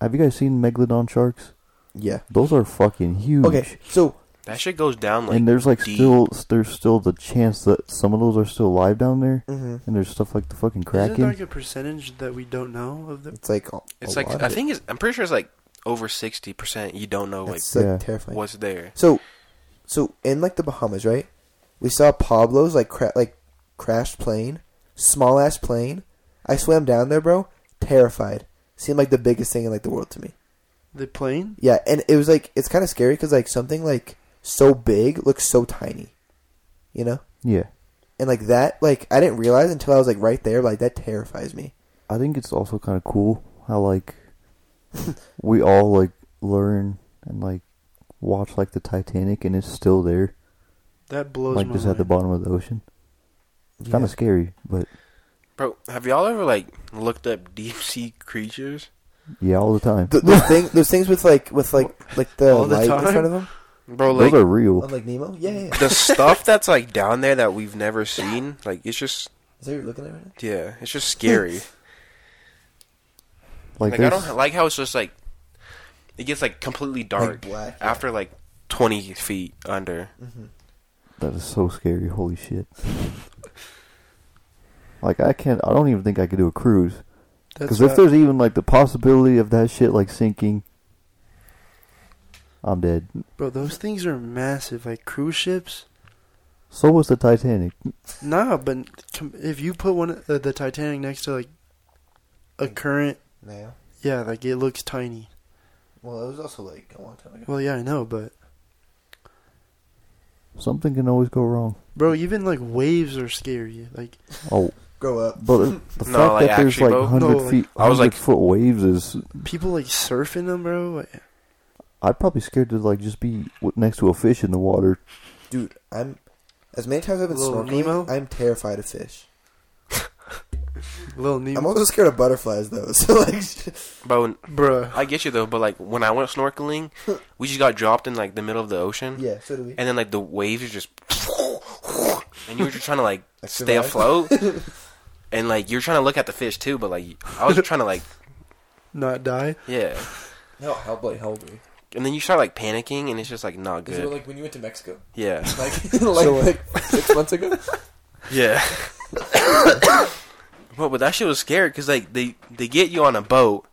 have you guys seen megalodon sharks? yeah. Those are fucking huge. Okay, so that shit goes down like and there's like deep. still there's still the chance that some of those are still alive down there, Mm-hmm. mhm. and there's stuff like the fucking isn't there kraken. like a percentage that we don't know of the it's like a- it's a like lot I of it. think it's, I'm pretty sure it's like over sixty percent. You don't know like that's like Yeah. terrifying. what's there. So, so in like the Bahamas, right? We saw Pablo's like cra- like crashed plane, small ass plane. I swam down there, bro. Terrified. Seemed like the biggest thing in like the world to me. the plane Yeah, and it was like it's kind of scary because like something like so big looks so tiny, you know. yeah, And like that, like I didn't realize until I was like right there. Like that terrifies me. I think it's also kind of cool how like we all like learn and like watch like the Titanic and it's still there, That blows like my just mind. at the bottom of the ocean. It's kind Yeah. of scary, but Bro, have y'all ever like looked up [laughs] deep sea creatures? yeah, all the time. Th- those, thing, those things with like with like like the All the light in time? front of [laughs] them, [laughs] Bro, Those like are real. unlike Nemo. Yeah, yeah. yeah. the stuff that's like down there that we've never seen, like it's just Is that what you're looking at right now? yeah, it's just scary. Like, like I there's don't like how it's just like it gets like completely dark Like black. after like 20 feet under. hmm that is so scary. Holy [laughs] shit! like I can't. I don't even think I could do a cruise. That's Because if not- there's even like the possibility of that shit like sinking, I'm dead. bro, those things are massive. Like cruise ships. So was the Titanic. Nah, but com- if you put one uh, the Titanic next to like a current, Yeah. yeah, like it looks tiny. Well, it was also like a long time ago. Well, yeah, I know, but Something can always go wrong. bro, even like waves are scary. Like Oh, Grow up. but the No, fact like, that there's actually, like bro, hundred no, like- feet, I was, like- hundred foot waves is. people like surfing them, bro. Like, I'd probably scared to like just be w- next to a fish in the water. [laughs] Dude, I'm as many times I've been Little snorkeling, Nemo? I'm terrified of fish. Little Nemo, I'm also scared of butterflies though. [laughs] So like, Bro, bruh. I get you though, but like when I went snorkeling, we just got dropped in like the middle of the ocean. yeah, so do we. And then like the waves are just [laughs] and you were just trying to like Like, stay survive? afloat. and like you're trying to look at the fish too, but like I was trying to like Not die. yeah. No, how like how old were you? And then you start like panicking and it's just like not Because good. like when you went to Mexico, yeah. [laughs] like like, So, uh, like six months [laughs] ago. [coughs] Yeah. but but that shit was scary because like they they get you on a boat,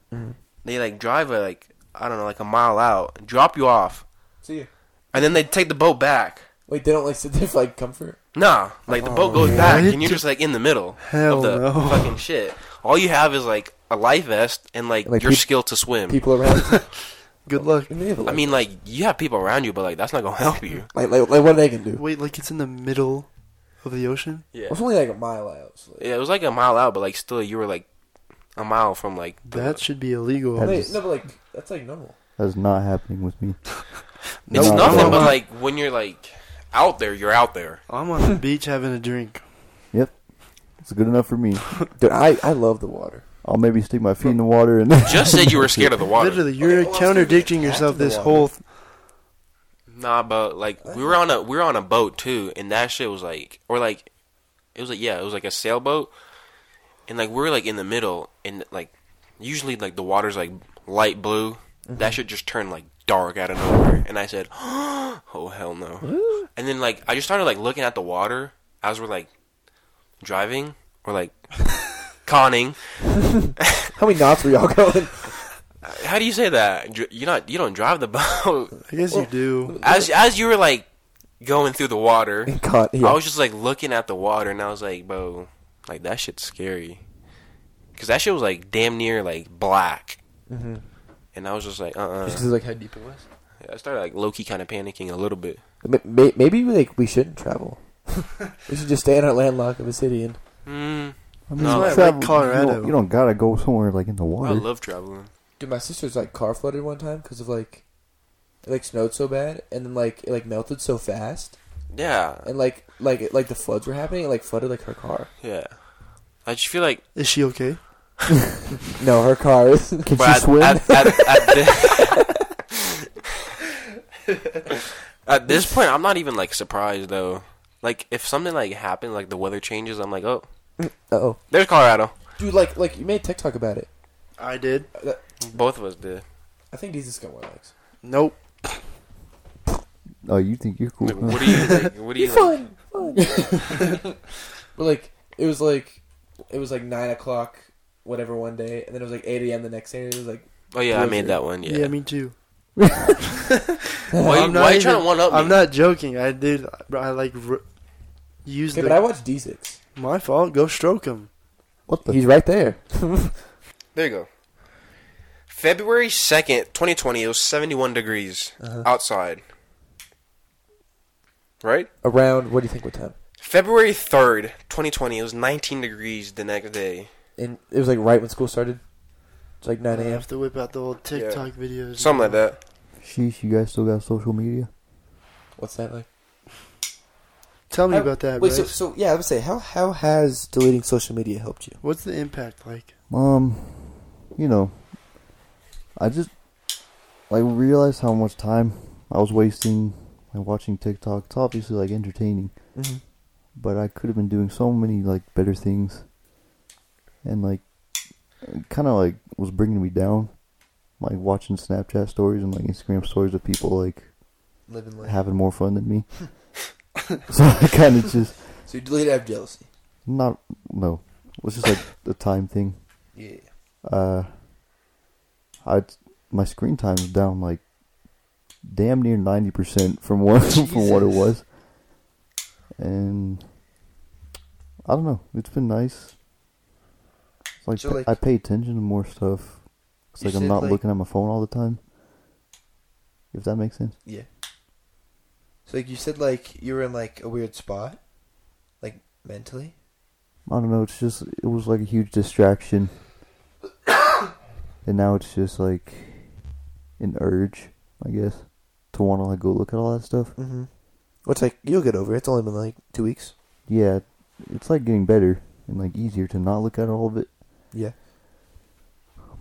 they like drive a, like I don't know like a mile out, drop you off, See you. and then they take the boat back. Wait, they don't like sit there for like comfort. [laughs] Nah, like the boat Oh, goes back what? and you're just like in the middle Hell of the no. fucking shit. All you have is like a life vest and like, Like your peop- skill to swim. People [laughs] around. Good luck. I mean, they have a I life. mean, like you have people around you, but like that's not gonna help you. like, like, like what they can do. Wait, like it's in the middle of the ocean. Yeah, It's only like a mile out. So, like, yeah, it was like a mile out, but like still you were like a mile from like the- That should be illegal. That Wait, is- no, but like that's like normal. That's not happening with me. [laughs] It's No, nothing, no. but like when you're like out there, you're out there. I'm [laughs] on the beach having a drink. It's good enough for me. Dude, I I love the [laughs] water. I'll maybe stick my feet in the water and. Just said you were scared of the water. Literally, you're well, I was gonna be contradicting attacked yourself in the this water. whole. Th- Nah, but like we were on a we were on a boat too, and that shit was like or like it was like yeah, it was like a sailboat, and like we were like in the middle, and like usually like the water's like light blue. That shit just turned like dark out of nowhere, and I said, [gasps] "Oh hell no!" And then like I just started like looking at the water as we're like driving or like conning. How many knots were y'all going? How do you say that? Dr- You're not you don't drive the boat. [laughs] I guess you do. as as you were like going through the water, [laughs] Caught. Yeah. I was just like looking at the water, and I was like, "Bro, like that shit's scary," because that shit was like damn near like black, mm-hmm. and I was just like, "Uh, uh Just 'cause, like how deep it was. I started like low key kind of panicking a little bit. Ma- ma- Maybe like we shouldn't travel. [laughs] we should just stay in our landlocked of a city and Mm, I No. you Like travel- Colorado. You don't, you don't gotta go somewhere like in the I water. love traveling. Dude, my sister's like car flooded one time because of like, it, like snowed so bad, and then like it like melted so fast, Yeah, and like like it, like the floods were happening, it, like flooded like her car. yeah. I just feel like Is she okay? No, her car is. [laughs] Can but she at, swim? At, at, at, [laughs] thi- [laughs] At this point, I'm not even like surprised though. Like if something like happened, like the weather changes, I'm like, "Oh, oh, there's Colorado." dude, like like you made TikTok about it. Uh, I did. Both of us did. I think Jesus got more likes. Nope. oh, you think you're cool? Like, huh? what do [laughs] you? Like, what do you? Like, But like it was like it was like nine o'clock, whatever one day, and then it was like eight a.m. the next day. And it was like oh yeah, I Blizzard. made that one. Yeah, Yeah. me too. Why, you- I'm not why you even- trying to one up me? I'm not joking. I did. bro, I like r used okay, the- but I watched D six. my fault. Go stroke him. What the? He's right there. [laughs] There you go. February 2nd, 2020, it was 71 degrees Uh-huh. outside. Right? Around what do you think? What time? February 3rd, 2020, it was 19 degrees the next day. And it was like right when school started. It's like 9 I a.m. have to whip out the old TikTok videos. Something like that. Sheesh, you guys still got social media? What's that like? Tell me How- about that, Wait, so, Bryce. so yeah, I would say how how has deleting social media helped you? What's the impact like? Um, you know, I just like realized how much time I was wasting like watching TikTok. It's obviously like entertaining, Mm-hmm. but I could have been doing so many like better things, and like kind of like was bringing me down. Like watching Snapchat stories and like Instagram stories of people like Living life. having more fun than me. so I kind of just So you deleted out of jealousy. not no. It was just like the time thing. Yeah. uh, I my screen time's down like damn near ninety percent from what [laughs] from what it Jesus. was, and I don't know. It's been nice. It's like, So, pa- like- I pay attention to more stuff. It's You like I'm said, not like- looking at my phone all the time. If that makes sense. Yeah. So like you said, like you were in like a weird spot, like mentally. I don't know. It's just it was like a huge distraction, [coughs] and now it's just like an urge, I guess, to want to like go look at all that stuff. Mm-hmm. Which like you'll get over. it. It's only been like two weeks. Yeah, it's like getting better and like easier to not look at all of it. Yeah.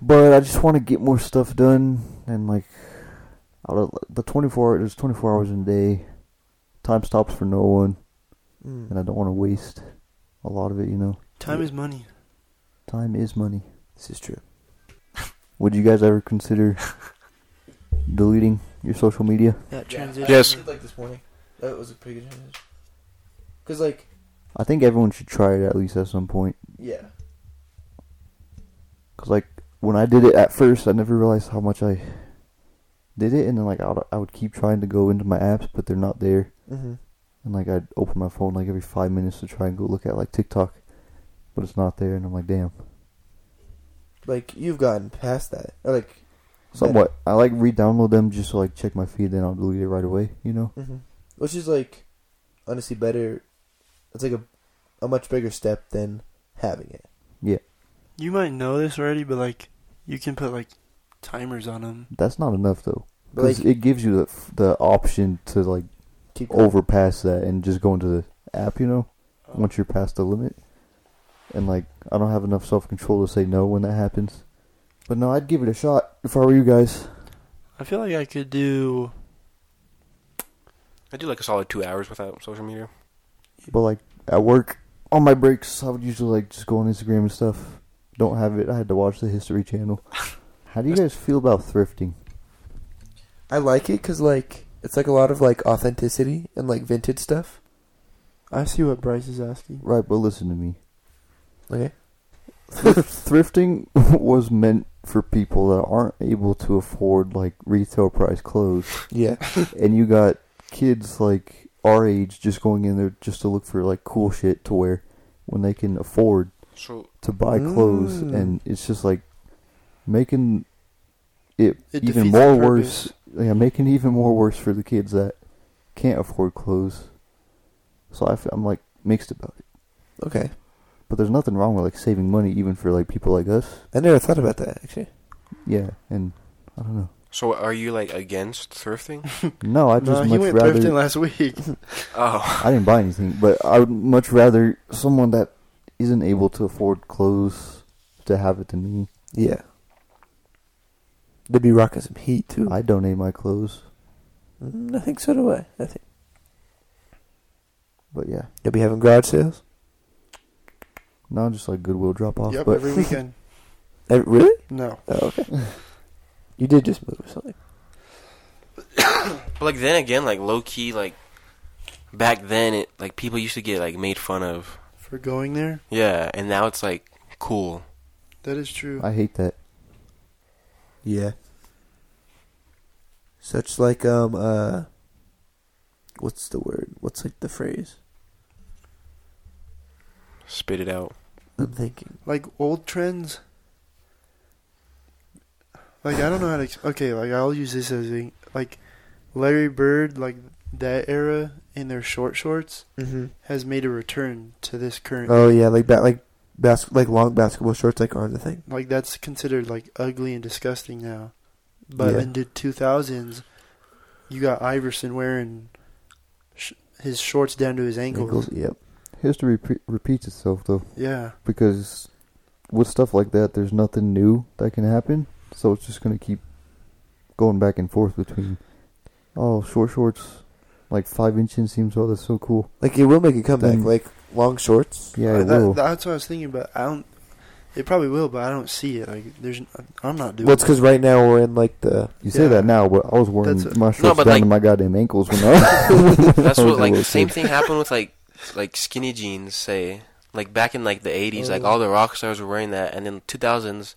But I just want to get more stuff done and like out of the 24 hours, there's 24 hours in a day. Time stops for no one, Hmm. Mm. and I don't want to waste a lot of it. You know, Time is money. time is money. This is true. Would you guys ever consider deleting your social media? That Yeah. transition. Yes. Like this morning, that was a pretty good transition. Cause like, I think everyone should try it at least at some point. yeah, Cause like when I did it at first, I never realized how much I did it, and then like I would, I would keep trying to go into my apps, but they're not there, Mm-hmm. and like I'd open my phone like every five minutes to try and go look at like TikTok, but it's not there, and I'm like, damn. Like you've gotten past that, or like Somewhat, I like re-download them just to like check my feed, then I'll delete it right away. You know? hmm Which is like, honestly, better. It's like a, a much bigger step than having it. You might know this already, but like, you can put like timers on them. That's not enough though, But because like, it gives you the f- the option to like keep going. overpass that and just go into the app. You know, once you're past the limit. And like, I don't have enough self control to say no when that happens. But no, I'd give it a shot if I were you guys. I feel like I could do. I do like a solid two hours without social media. But like at work, on my breaks, I would usually like just go on Instagram and stuff. Don't have it. I had to watch the History Channel. How do you guys feel about thrifting? I like it because like it's like a lot of like authenticity and like vintage stuff. I see what Bryce is asking. Right, but listen to me. Okay. thrifting was meant for people that aren't able to afford like retail price clothes. Yeah. and you got kids like our age just going in there just to look for like cool shit to wear when they can afford So to buy clothes Mm. and it's just like making it, It even defeats the more purpose. worse yeah making it even more worse for the kids that can't afford clothes so I am like mixed about it Okay. but there's nothing wrong with like saving money even for like people like us I never thought about that actually. yeah and i don't know so are you like against thrifting? no i No, just he much went rather thrifting [laughs] last [laughs] week. [laughs] oh, I didn't buy anything, but I would much rather someone that isn't able to afford clothes to have it than me. Yeah. They'd be rocking some heat too. I donate my clothes, Mm, I think so do I. I think but yeah, they'll be having garage sales. not just like Goodwill drop off. yep, but every weekend. Eh, really? No, Oh, okay. you did just move or something. but like then again, like low key, like back then, it like people used to get like made fun of. for going there, Yeah, and now it's like cool. that is true. [laughs] I hate that. Yeah. Such like um uh what's the word? What's like the phrase? Spit it [laughs] out. I'm thinking. like old trends. Like I don't know how to. Ex- okay, like I'll use this as a, like Larry Bird, like that era in their short shorts Mm-hmm. has made a return to this current. Oh. Oh yeah, like that like bas- like long basketball shorts like aren't a thing. Like that's considered like ugly and disgusting now. But Yeah. in the 2000s, you got Iverson wearing sh- his shorts down to his ankles. Ankles, yep. History pre- repeats itself though, Yeah, because with stuff like that, there's nothing new that can happen. So it's just gonna keep going back and forth between oh short shorts, like five inch inseams. Oh, that's so cool. Like it will make a comeback. Mm-hmm. Then- like long shorts. Yeah, Uh, it that- will. that's what I was thinking. But I don't. It probably will, but I don't see it. Like there's, I'm not doing. Well, it's because right now we're in like the you say yeah. that now, but I was wearing That's a- my shorts but, down like- to my goddamn ankles [laughs] when I. [laughs] I was That's what a like little the same kid. thing happened with like like skinny jeans. Say like back in like the eighties, like Oh. all the rock stars were wearing that, and then two thousands,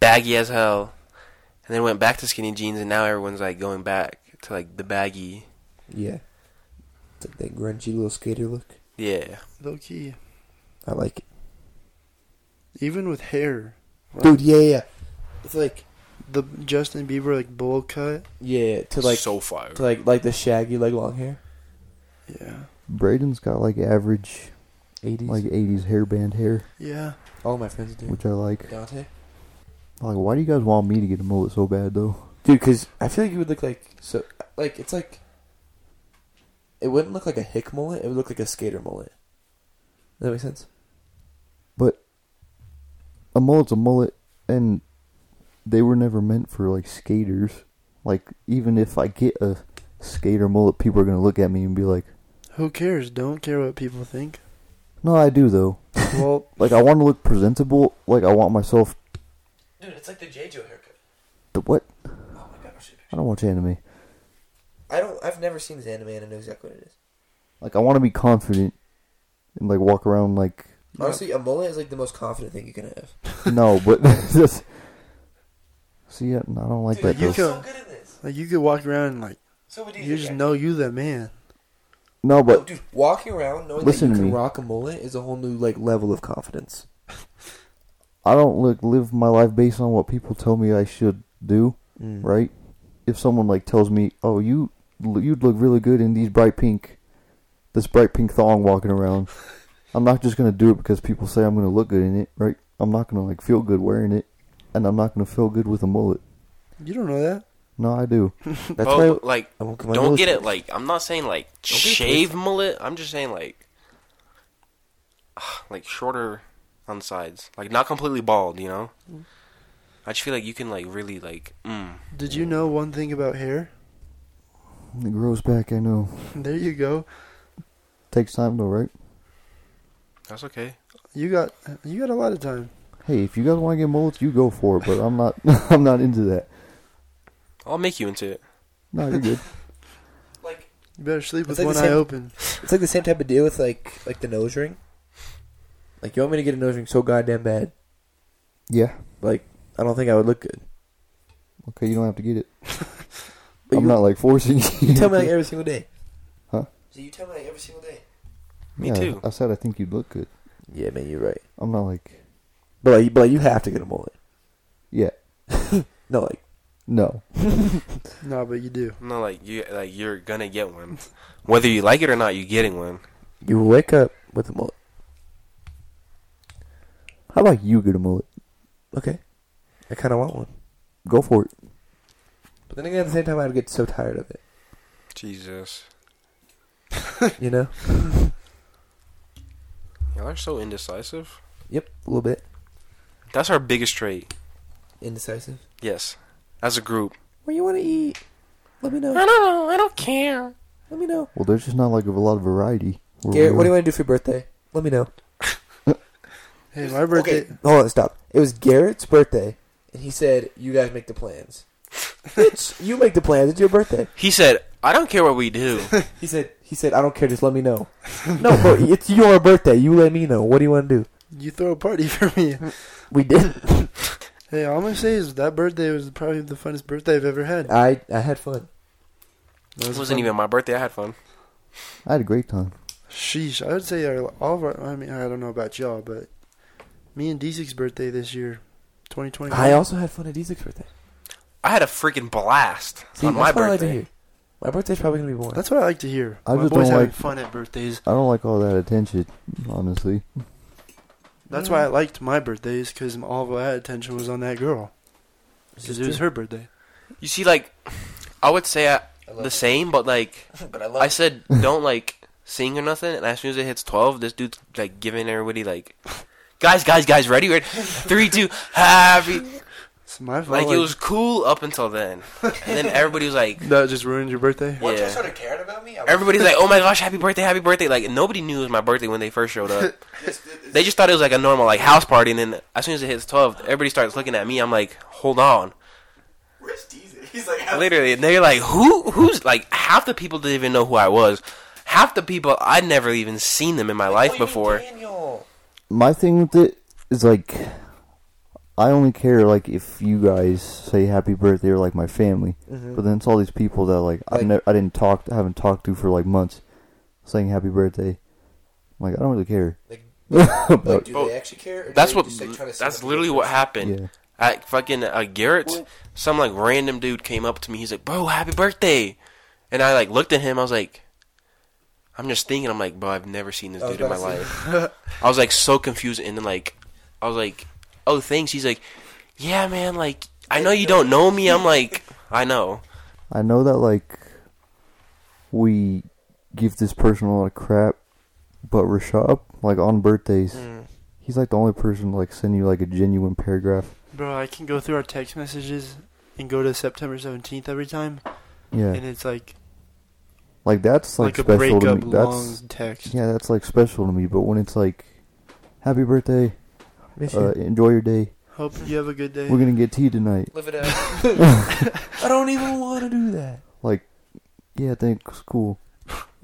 baggy as hell, and then went back to skinny jeans, and now everyone's like going back to like the baggy. yeah, it's like that grungy little skater look. Yeah, low key. I like it, Even with hair, dude. Yeah, yeah. It's like the Justin Bieber like bowl cut. Yeah, to like so fire. to like like the shaggy like long hair. Yeah, Braden's got like average, Eighties. like '80s hairband hair, yeah. all my friends do. which I like. Dante. Like, why do you guys want me to get a mullet so bad though? Dude, because I feel like you would look like so like it's like it wouldn't look like a hick mullet. It would look like a skater mullet. Does that make [laughs] sense? But a mullet's a mullet, and they were never meant for like skaters. Like, even if I get a skater mullet, people are gonna look at me and be like, Who cares? Don't care what people think. "No, I do though." Well, Like, I want to look presentable. Like, I want myself. Dude, it's like the JJo haircut. The what? Oh my god, I don't watch anime. I don't. I've never seen this anime, and I know exactly what it is. Like, I want to be confident and like walk around like Honestly, a mullet is like the most confident thing you can have. no, but [laughs] just see, I I don't like that. you though. so good at this. like you could walk around and like So would you just know you the man. No, but dude, walking around knowing Listen that to you can me. rock a mullet is a whole new like level of confidence. I don't look live my life based on what people tell me I should do. Mm. right? If someone like tells me, "Oh, you you'd look really good in these bright pink, this bright pink thong walking around," I'm not just gonna do it because people say I'm gonna look good in it, right? I'm not gonna like feel good wearing it, and I'm not gonna feel good with a mullet. You don't know that. No, I do. That's oh, why but, like I won't my don't mullet- get it. Like I'm not saying like get shave mullet. I'm just saying like [sighs] like shorter on sides, like not completely bald. You know. Mm. I just feel like you can like really like mm, Did you know one thing about hair? [laughs] It grows back. I know. There you go. Takes time though, right? that's okay. You got you got a lot of time. Hey, if you guys want to get mullets, you go for it. But I'm not. [laughs] I'm not into that. I'll make you into it. No, you're good. Like You better sleep with It's like one the eye same- open. it's like the same type of deal with like like the nose ring. Like you want me to get a nose ring so goddamn bad? Yeah. Like I don't think I would look good. Okay, you don't have to get it. But I'm you, not like forcing [laughs] you tell me [laughs] like every single day. Huh? So you tell me like every single day. Me Yeah, too. I said I think you'd look good. Yeah, man, you're right. I'm not like But like, but like, you have to get a mullet. yeah. No, like No. No, but you do. No, like you like you're gonna get one, [laughs] whether you like it or not. You're getting one. you wake up with a mullet. How about you get a mullet? Okay, I kind of want one. Go for it. But then again, at the same time, I'd get so tired of [laughs] it. Jesus, You know? y'all are so indecisive. yep, a little bit That's our biggest trait. indecisive. Yes, as a group. Where you want to eat? Let me know. don't know. I don't care. Let me know. Well, there's just not like a lot of variety. where we Garrett, what do are. you want to do for your birthday? Let me know. Hey, my birthday. Okay, hold on, stop. It was Garrett's birthday, and he said, "You guys make the plans." Bitch, you make the plans. It's your birthday. He said, "I don't care what [laughs] we do." He said, "He said I don't care. Just let me know." no, bro, it's your birthday. You let me know. What do you want to do? You throw a party [laughs] for me. We did. hey, all I'm gonna say is that birthday was probably the funnest birthday I've ever had. I I had fun. That It was wasn't fun. even my birthday. I had fun. I had a great time. Sheesh, I would say our, all of our. I mean, I don't know about y'all, but me and Deezik's birthday this year, 2020. I also had fun at Isaac's birthday. I had a freaking blast See, on my that's what I like to birthday. hear. My birthday's probably gonna be boring. That's what I like to hear. I my just boys don't having like- fun at birthdays. I don't like all that attention, honestly. That's why I liked my birthdays because all I had attention was on that girl because it was [laughs] her birthday. You see, like, I would say I, I love the same, but like, it. But I love I said [laughs] don't like sing or nothing, and as soon as it hits twelve, this dude's like giving everybody like, guys, guys, guys, ready, ready, three, two, [laughs] happy. It's my fault. Like it was cool up until then, and then everybody was like, that just ruined your birthday. [laughs] Once yeah. you started caring about me, I was- everybody's like, oh my gosh, happy birthday, happy birthday. Like nobody knew it was my birthday when they first [laughs] showed up. It's- it's- They just thought it was like a normal like house party, and then as soon as it hits twelve, everybody starts looking at me. I'm like, hold on. Where's Deezy? He's like, Literally, and they're like, "Who? Who's like?" Half the people didn't even know who I was. Half the people I'd never even seen them in my life before. Daniel. my thing with it is like I only care like if you guys say happy birthday or like my family, Mhm. Mm-hmm. but then it's all these people that like, I've Like- never I didn't talk I haven't talked to for like months saying happy birthday. I'm like I don't really care. Like- Like, About- do Oh, they actually care? or do That's they what. just, like, try to set That's up a literally good what person? happened. yeah, At fucking uh, Garrett's, some like random dude came up to me. He's like, "Bro, happy birthday!" And I like looked at him. I was like, "I'm just thinking." I'm like, "Bro, I've never seen this I was dude in my about to life." [laughs] I was like so confused, and then like, I was like, "Oh, thanks." He's like, "Yeah, man. Like, I know you don't know me." I'm like, "I know." I know that like we give this person a lot of crap, but Rashab like on birthdays, Mm. he's like the only person to, like send you like a genuine paragraph. Bro, I can go through our text messages and go to September 17th every time, Yeah, and it's like like that's like, like, a special to me. breakup That's long text. Yeah, that's like special to me. But when it's like, "Happy birthday, uh, enjoy your day. Hope you have a good day. We're gonna get tea tonight." Live it out. I don't even want to do that. Like, yeah, thanks, cool.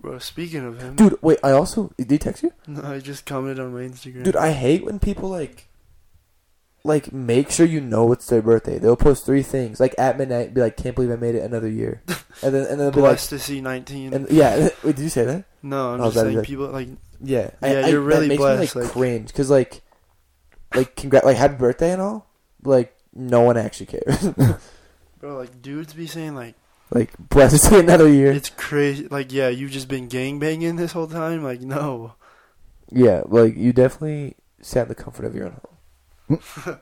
Bro, speaking of him, Dude, wait, I also did he text you? no, [laughs] I just commented on my Instagram. Dude, I hate when people like like make sure you know it's their birthday. They'll post three things. Like at midnight be like, Can't believe I made it another year. And then and then they'll be like blessed to see 19. and yeah, wait, did you say that? no, I'm Oh, just that'd saying be- people like Yeah. Yeah, you're really blessed, Me, like, like- cringe because like like congrat like happy birthday and all. Like no one actually cares. [laughs] bro, like dudes be saying like like blessed to see [laughs] another year. it's crazy. Like yeah, you've just been gangbanging this whole time. Like no, Yeah, like you definitely sat in the comfort of your own home.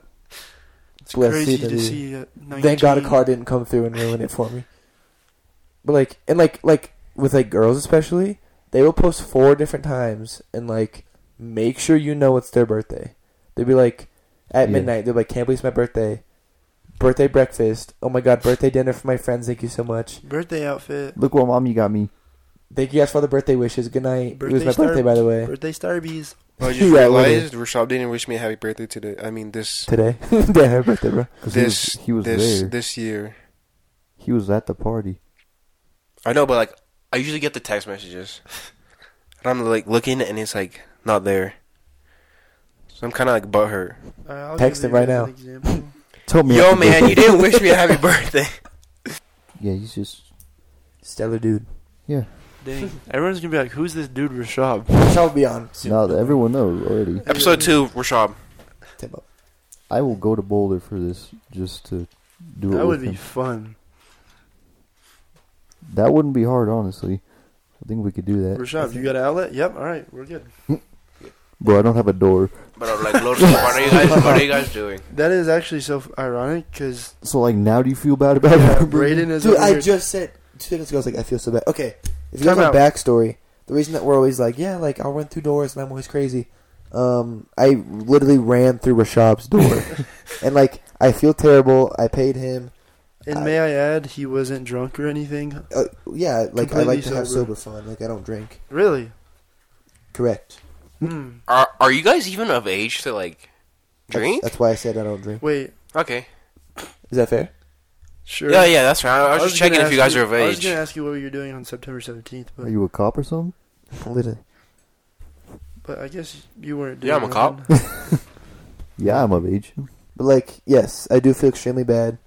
it's Blessed crazy that to is. see. uh 19. Thank God a car didn't come through and ruin it for me. But like and like like with like girls especially, they will post four different times and like make sure you know it's their birthday. They'd be like at Yeah. midnight, they're like, Can't believe it's my birthday. Birthday breakfast. Oh my god, birthday dinner for my friends, thank you so much. Birthday outfit. Look what mom you got me. Thank you guys for all the birthday wishes. Good night. it was Birthday my star- birthday by the way. Birthday starbies. [laughs] [laughs] I just Yeah, literally. realized Rashad didn't wish me a happy birthday today. I mean, this Today. [laughs] Damn, happy birthday, bro. 'Cause he was, he was there. this year. He was at the party. I know, but like I usually get the text messages, [laughs] and I'm like looking, and it's like not there. So I'm kind of like butthurt. All right, Uh, I'll Text give him you right guys now. [laughs] an example. Tell me, Yo, happy man, birthday. you didn't wish me a happy [laughs] birthday. Yeah, he's just Stellar dude. yeah. Dang, [laughs] everyone's gonna be like, "Who's this dude, Rashab?" Shall be on soon. Now that everyone knows already, Episode two, Rashab. Tip up. I will go to Boulder for this just to do it. That with would him. be fun. That wouldn't be hard, honestly. I think we could do that. Rashab, you got an outlet? Yep. All right, we're good. Bro, I don't have a door. But I'm like, loaded up. what are you guys? What are you guys doing? That is actually so f- ironic because So like, now do you feel bad about yeah, it? Braden is Dude, over I here- just said two minutes ago. I was like, I feel so bad. Okay, if you guys Time want out. backstory, the reason that we're always like, yeah, like I'll run through doors and I'm always crazy. Um, I literally ran through Rashab's door, and like I feel terrible. I paid him. and may I add, he wasn't drunk or anything. Uh, yeah, like I Completely like to have sober. sober fun. Like I don't drink. Really? Correct. Hmm. Are Are you guys even of age to like That's- drink? That's, why I said I don't drink. Wait. Okay. Is that fair? Sure. Yeah, yeah, that's right. I, was just gonna checking if you ask guys are of I was age. gonna ask you what you're doing on September 17th, [laughs] but, Are you a cop or something? [laughs] Literally. but I guess you weren't. Doing Yeah, I'm a cop. [laughs] nothing. Yeah, I'm of age. But like, yes, I do feel extremely bad,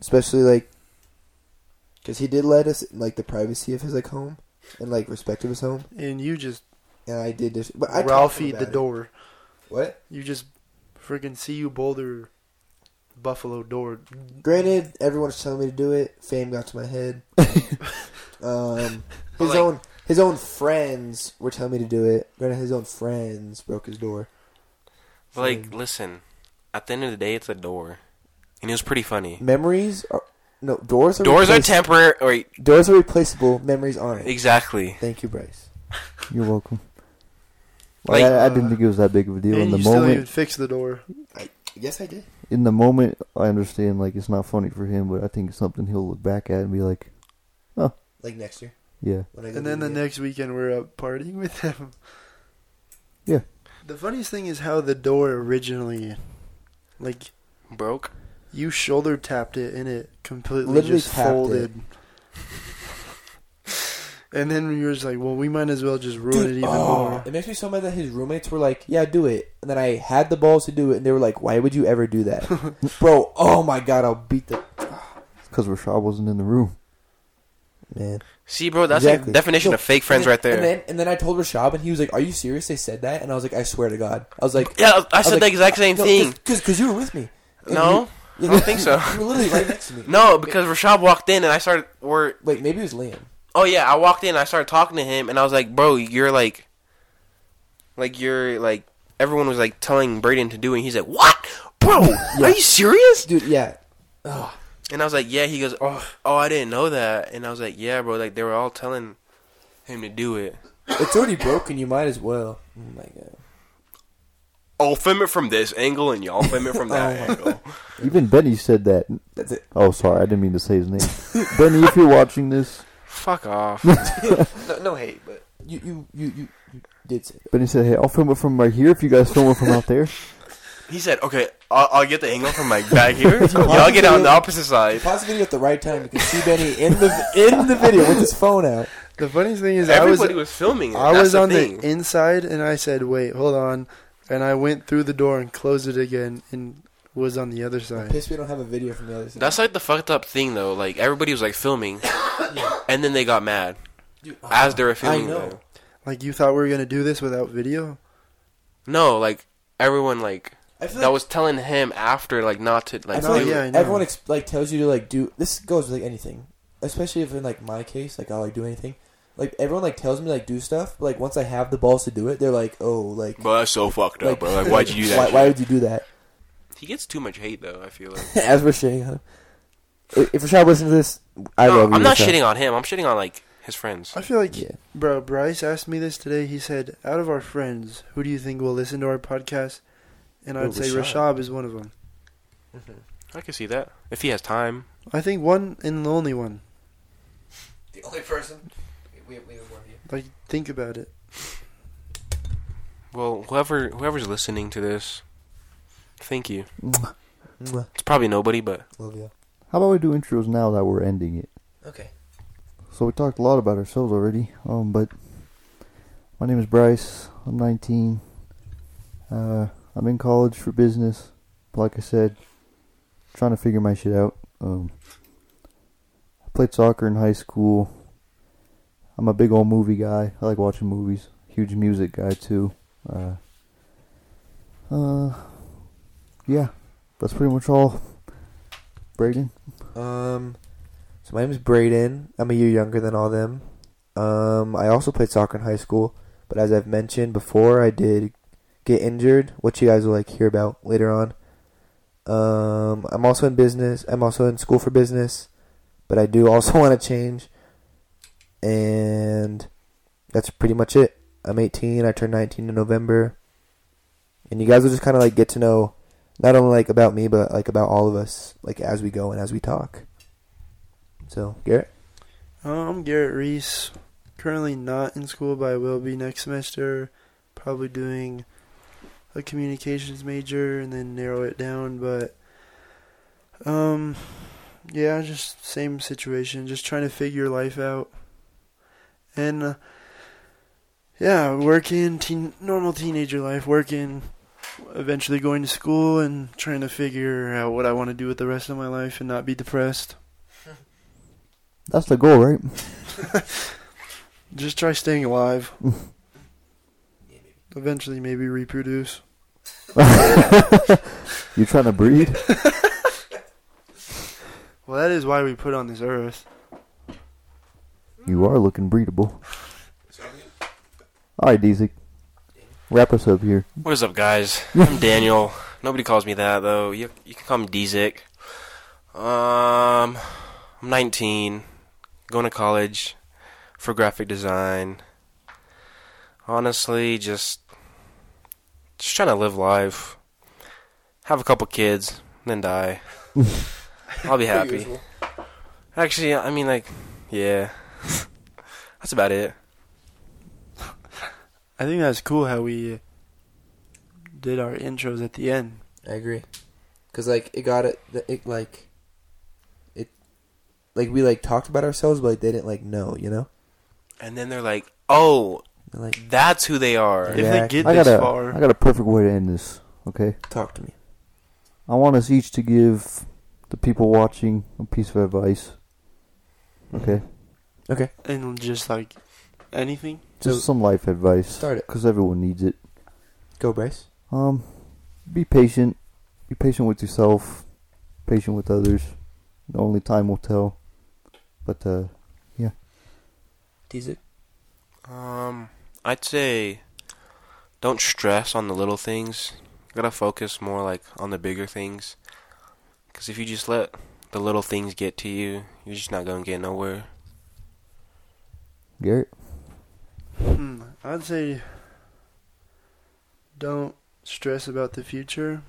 especially like because he did let us in, like the privacy of his like home and like respect of his home, and you just and I did just. But I talked to him Ralphie the about it. door. What? You just freaking see you Boulder, Buffalo door. Granted, everyone's telling me to do it. Fame got to my [laughs] head. um, But, his like- own his own friends were telling me to do it. Granted, his own friends broke his door. But like, listen, at the end of the day, it's a door, and it was pretty funny. Memories are no doors. Are Doors are replace- temporary. Wait, Doors are replaceable. Memories aren't. exactly. Thank you, Bryce. You're welcome. Like- Like, I, I didn't think it was that big of a deal in and the you still didn't even moment. fix the door. Yes, I did. In the moment, I understand like it's not funny for him, but I think it's something he'll look back at and be like, Like next year "Yeah, when I go And then do the it. next weekend, we're up partying with them. Yeah. The funniest thing is how the door originally, like, Broke. you shoulder tapped it and it completely Literally just tapped it. folded. and then we were just like, well, we might as well just ruin it even Oh. more. It makes me so mad that his roommates were like, "Yeah, do it," and then I had the balls to do it, and they were like, "Why would you ever do that, [laughs] bro?" Oh my god, I'll beat the because Rashad wasn't in the room." man. See, bro, that's Exactly. like definition No, of fake friends And then- right there. And then, and then I told Rashab, and he was like, "Are you serious?" They said that, and I was like, "I swear to God," I was like, yeah, I, said was the like, exact same no, thing. because you were with me." And No, you- I don't think so. [laughs] You were literally right next to me. no, because Rashad walked in and I started. Or Wait, maybe it was Liam. oh yeah, I walked in. I started talking to him and I was like, bro, you're like, like you're like. Everyone was like telling Braden to do, it, and he's like, "What, [laughs] bro? Are you serious?" Dude, yeah. And I was like, yeah. He goes, oh, oh, I didn't know that. And I was like, yeah, bro. Like they were all telling him to do it. It's already broken. You might as well. Oh my god. I'll film it from this angle, and y'all film it from [laughs] that angle. Even Benny said that. That's it. Oh, sorry, I didn't mean to say his [laughs] name. Benny, if you're watching this, Fuck [laughs] off. No, no hate, but you, you, you, you, you did say that. Benny said, "Hey, I'll film it from right here if you guys film it from out there." He said, okay, I'll, I'll get the angle from like back here. y'all get on the opposite side. Pause the video at the right time. You can see Benny in the in the video with his phone out. The funniest thing is, I was Everybody was, filming. It. I That's was the on thing. the inside and I said, wait, hold on. And I went through the door and closed it again and was on the other I'm side. pissed we don't have a video from the other side. That's like the fucked up thing though. Like everybody was like filming, and then they got mad Dude, as they were filming. I know. though. Like, you thought we were going to do this without video? No, like everyone like I feel like, that was telling him after like not to I like. feel No, do like it. yeah, I know. everyone ex- like tells you to like do. This goes with like anything, especially if in like my case, like I like do anything. Like everyone like tells me like do stuff. But, like once I have the balls to do it, they're like, oh, like But that's so fucked like, up, bro. Like why'd you do [laughs] that? Why, why would you do that? He gets too much hate though. I feel like. As we're shitting on him. If if Rashad listens to this, [laughs] I no, love you. I'm not Rashad. shitting on him. I'm shitting on like his friends. I feel like, Yeah. bro, Bryce asked me this today. He said, out of our friends, who do you think will listen to our podcast? And Oh, I'd say Rashad. Rashab is one of them. I can see that if he has time. I think one and the only one. The only person. We have, we have more of you. Like, think about it. Well, whoever whoever's listening to this, thank you. Mwah. It's probably nobody, but Love you. How about we do intros now that we're ending it? Okay. So we talked a lot about ourselves already, um, but my name is Bryce. I'm 19. Uh, I'm in college for business. Like I said, trying to figure my shit out. Um, I played soccer in high school. I'm a big old movie guy. I like watching movies. Huge music guy too. Uh, uh, yeah, that's pretty much all. Braden, Um, so my name is Braden. I'm a year younger than all them. Um, I also played soccer in high school, but as I've mentioned before, I did get injured, which you guys will like hear about later on. Um, I'm also in business. I'm also in school for business, but I do [laughs] also want to change. And that's pretty much it. I'm 18. I turned 19 in November. And you guys will just kind of like get to know not only like about me, but like about all of us, like as we go and as we talk. So Garrett, Uh, I'm Garrett Reese. Currently not in school, but I will be next semester. Probably doing a communications major and then narrow it down. But, um, yeah, just same situation. Just trying to figure life out. And, uh, yeah, working, teen, normal teenager life, working, eventually going to school and trying to figure out what I want to do with the rest of my life and not be depressed. that's the goal, right? Just try staying [laughs] alive. Eventually, maybe reproduce. You trying to breed? Well, that is why we put on this earth. You are looking breedable. All right, Deezik. Wrap us up here. What is up, guys? I'm Daniel. Nobody calls me that though. You you can call me Dzik. Um, I'm 19, going to college for graphic design. Honestly, just just trying to live life, have a couple kids, then die. I'll be [laughs] happy. usual. Actually, I mean, like, yeah, [laughs] that's about it. I think that's cool how we uh, did our intros at the end. I agree. Cause like it got it, the- it like it like we like talked about ourselves, but like they didn't like know, you know. And then they're like, "Oh, They, like that's who they are." Yeah. If they get I this got a far, I got a perfect way to end this. Okay. talk to me. I want us each to give the people watching a piece of advice. Okay. Okay, and just like anything, Just So- some life advice start it. because everyone needs it. Go, Bryce. Um, be patient. Be patient with yourself. Patient with others. Only time will tell. But uh, Tease it. Um, I'd say don't stress on the little things. You gotta focus more like on the bigger things. Cause if you just let the little things get to you, you're just not gonna get nowhere. Garrett, hmm, I'd say don't stress about the future.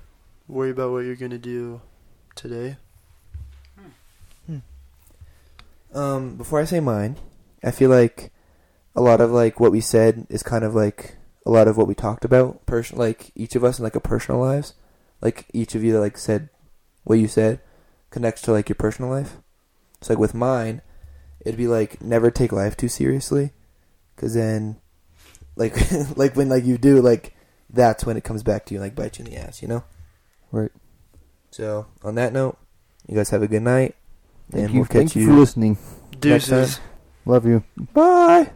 Worry about what you're gonna do today. Um, before I say mine, I feel like a lot of like what we said is kind of like a lot of what we talked about. Person, like each of us in like a personal lives, like each of you like said what you said connects to like your personal life. So like with mine, it'd be like never take life too seriously, because then, like, [laughs] like when like you do like that's when it comes back to you and, like bite you in the ass, you know? Right. So on that note, you guys have a good night, thank and you. we'll catch thank you you. for listening. Next time. Deuces. Love you. Bye.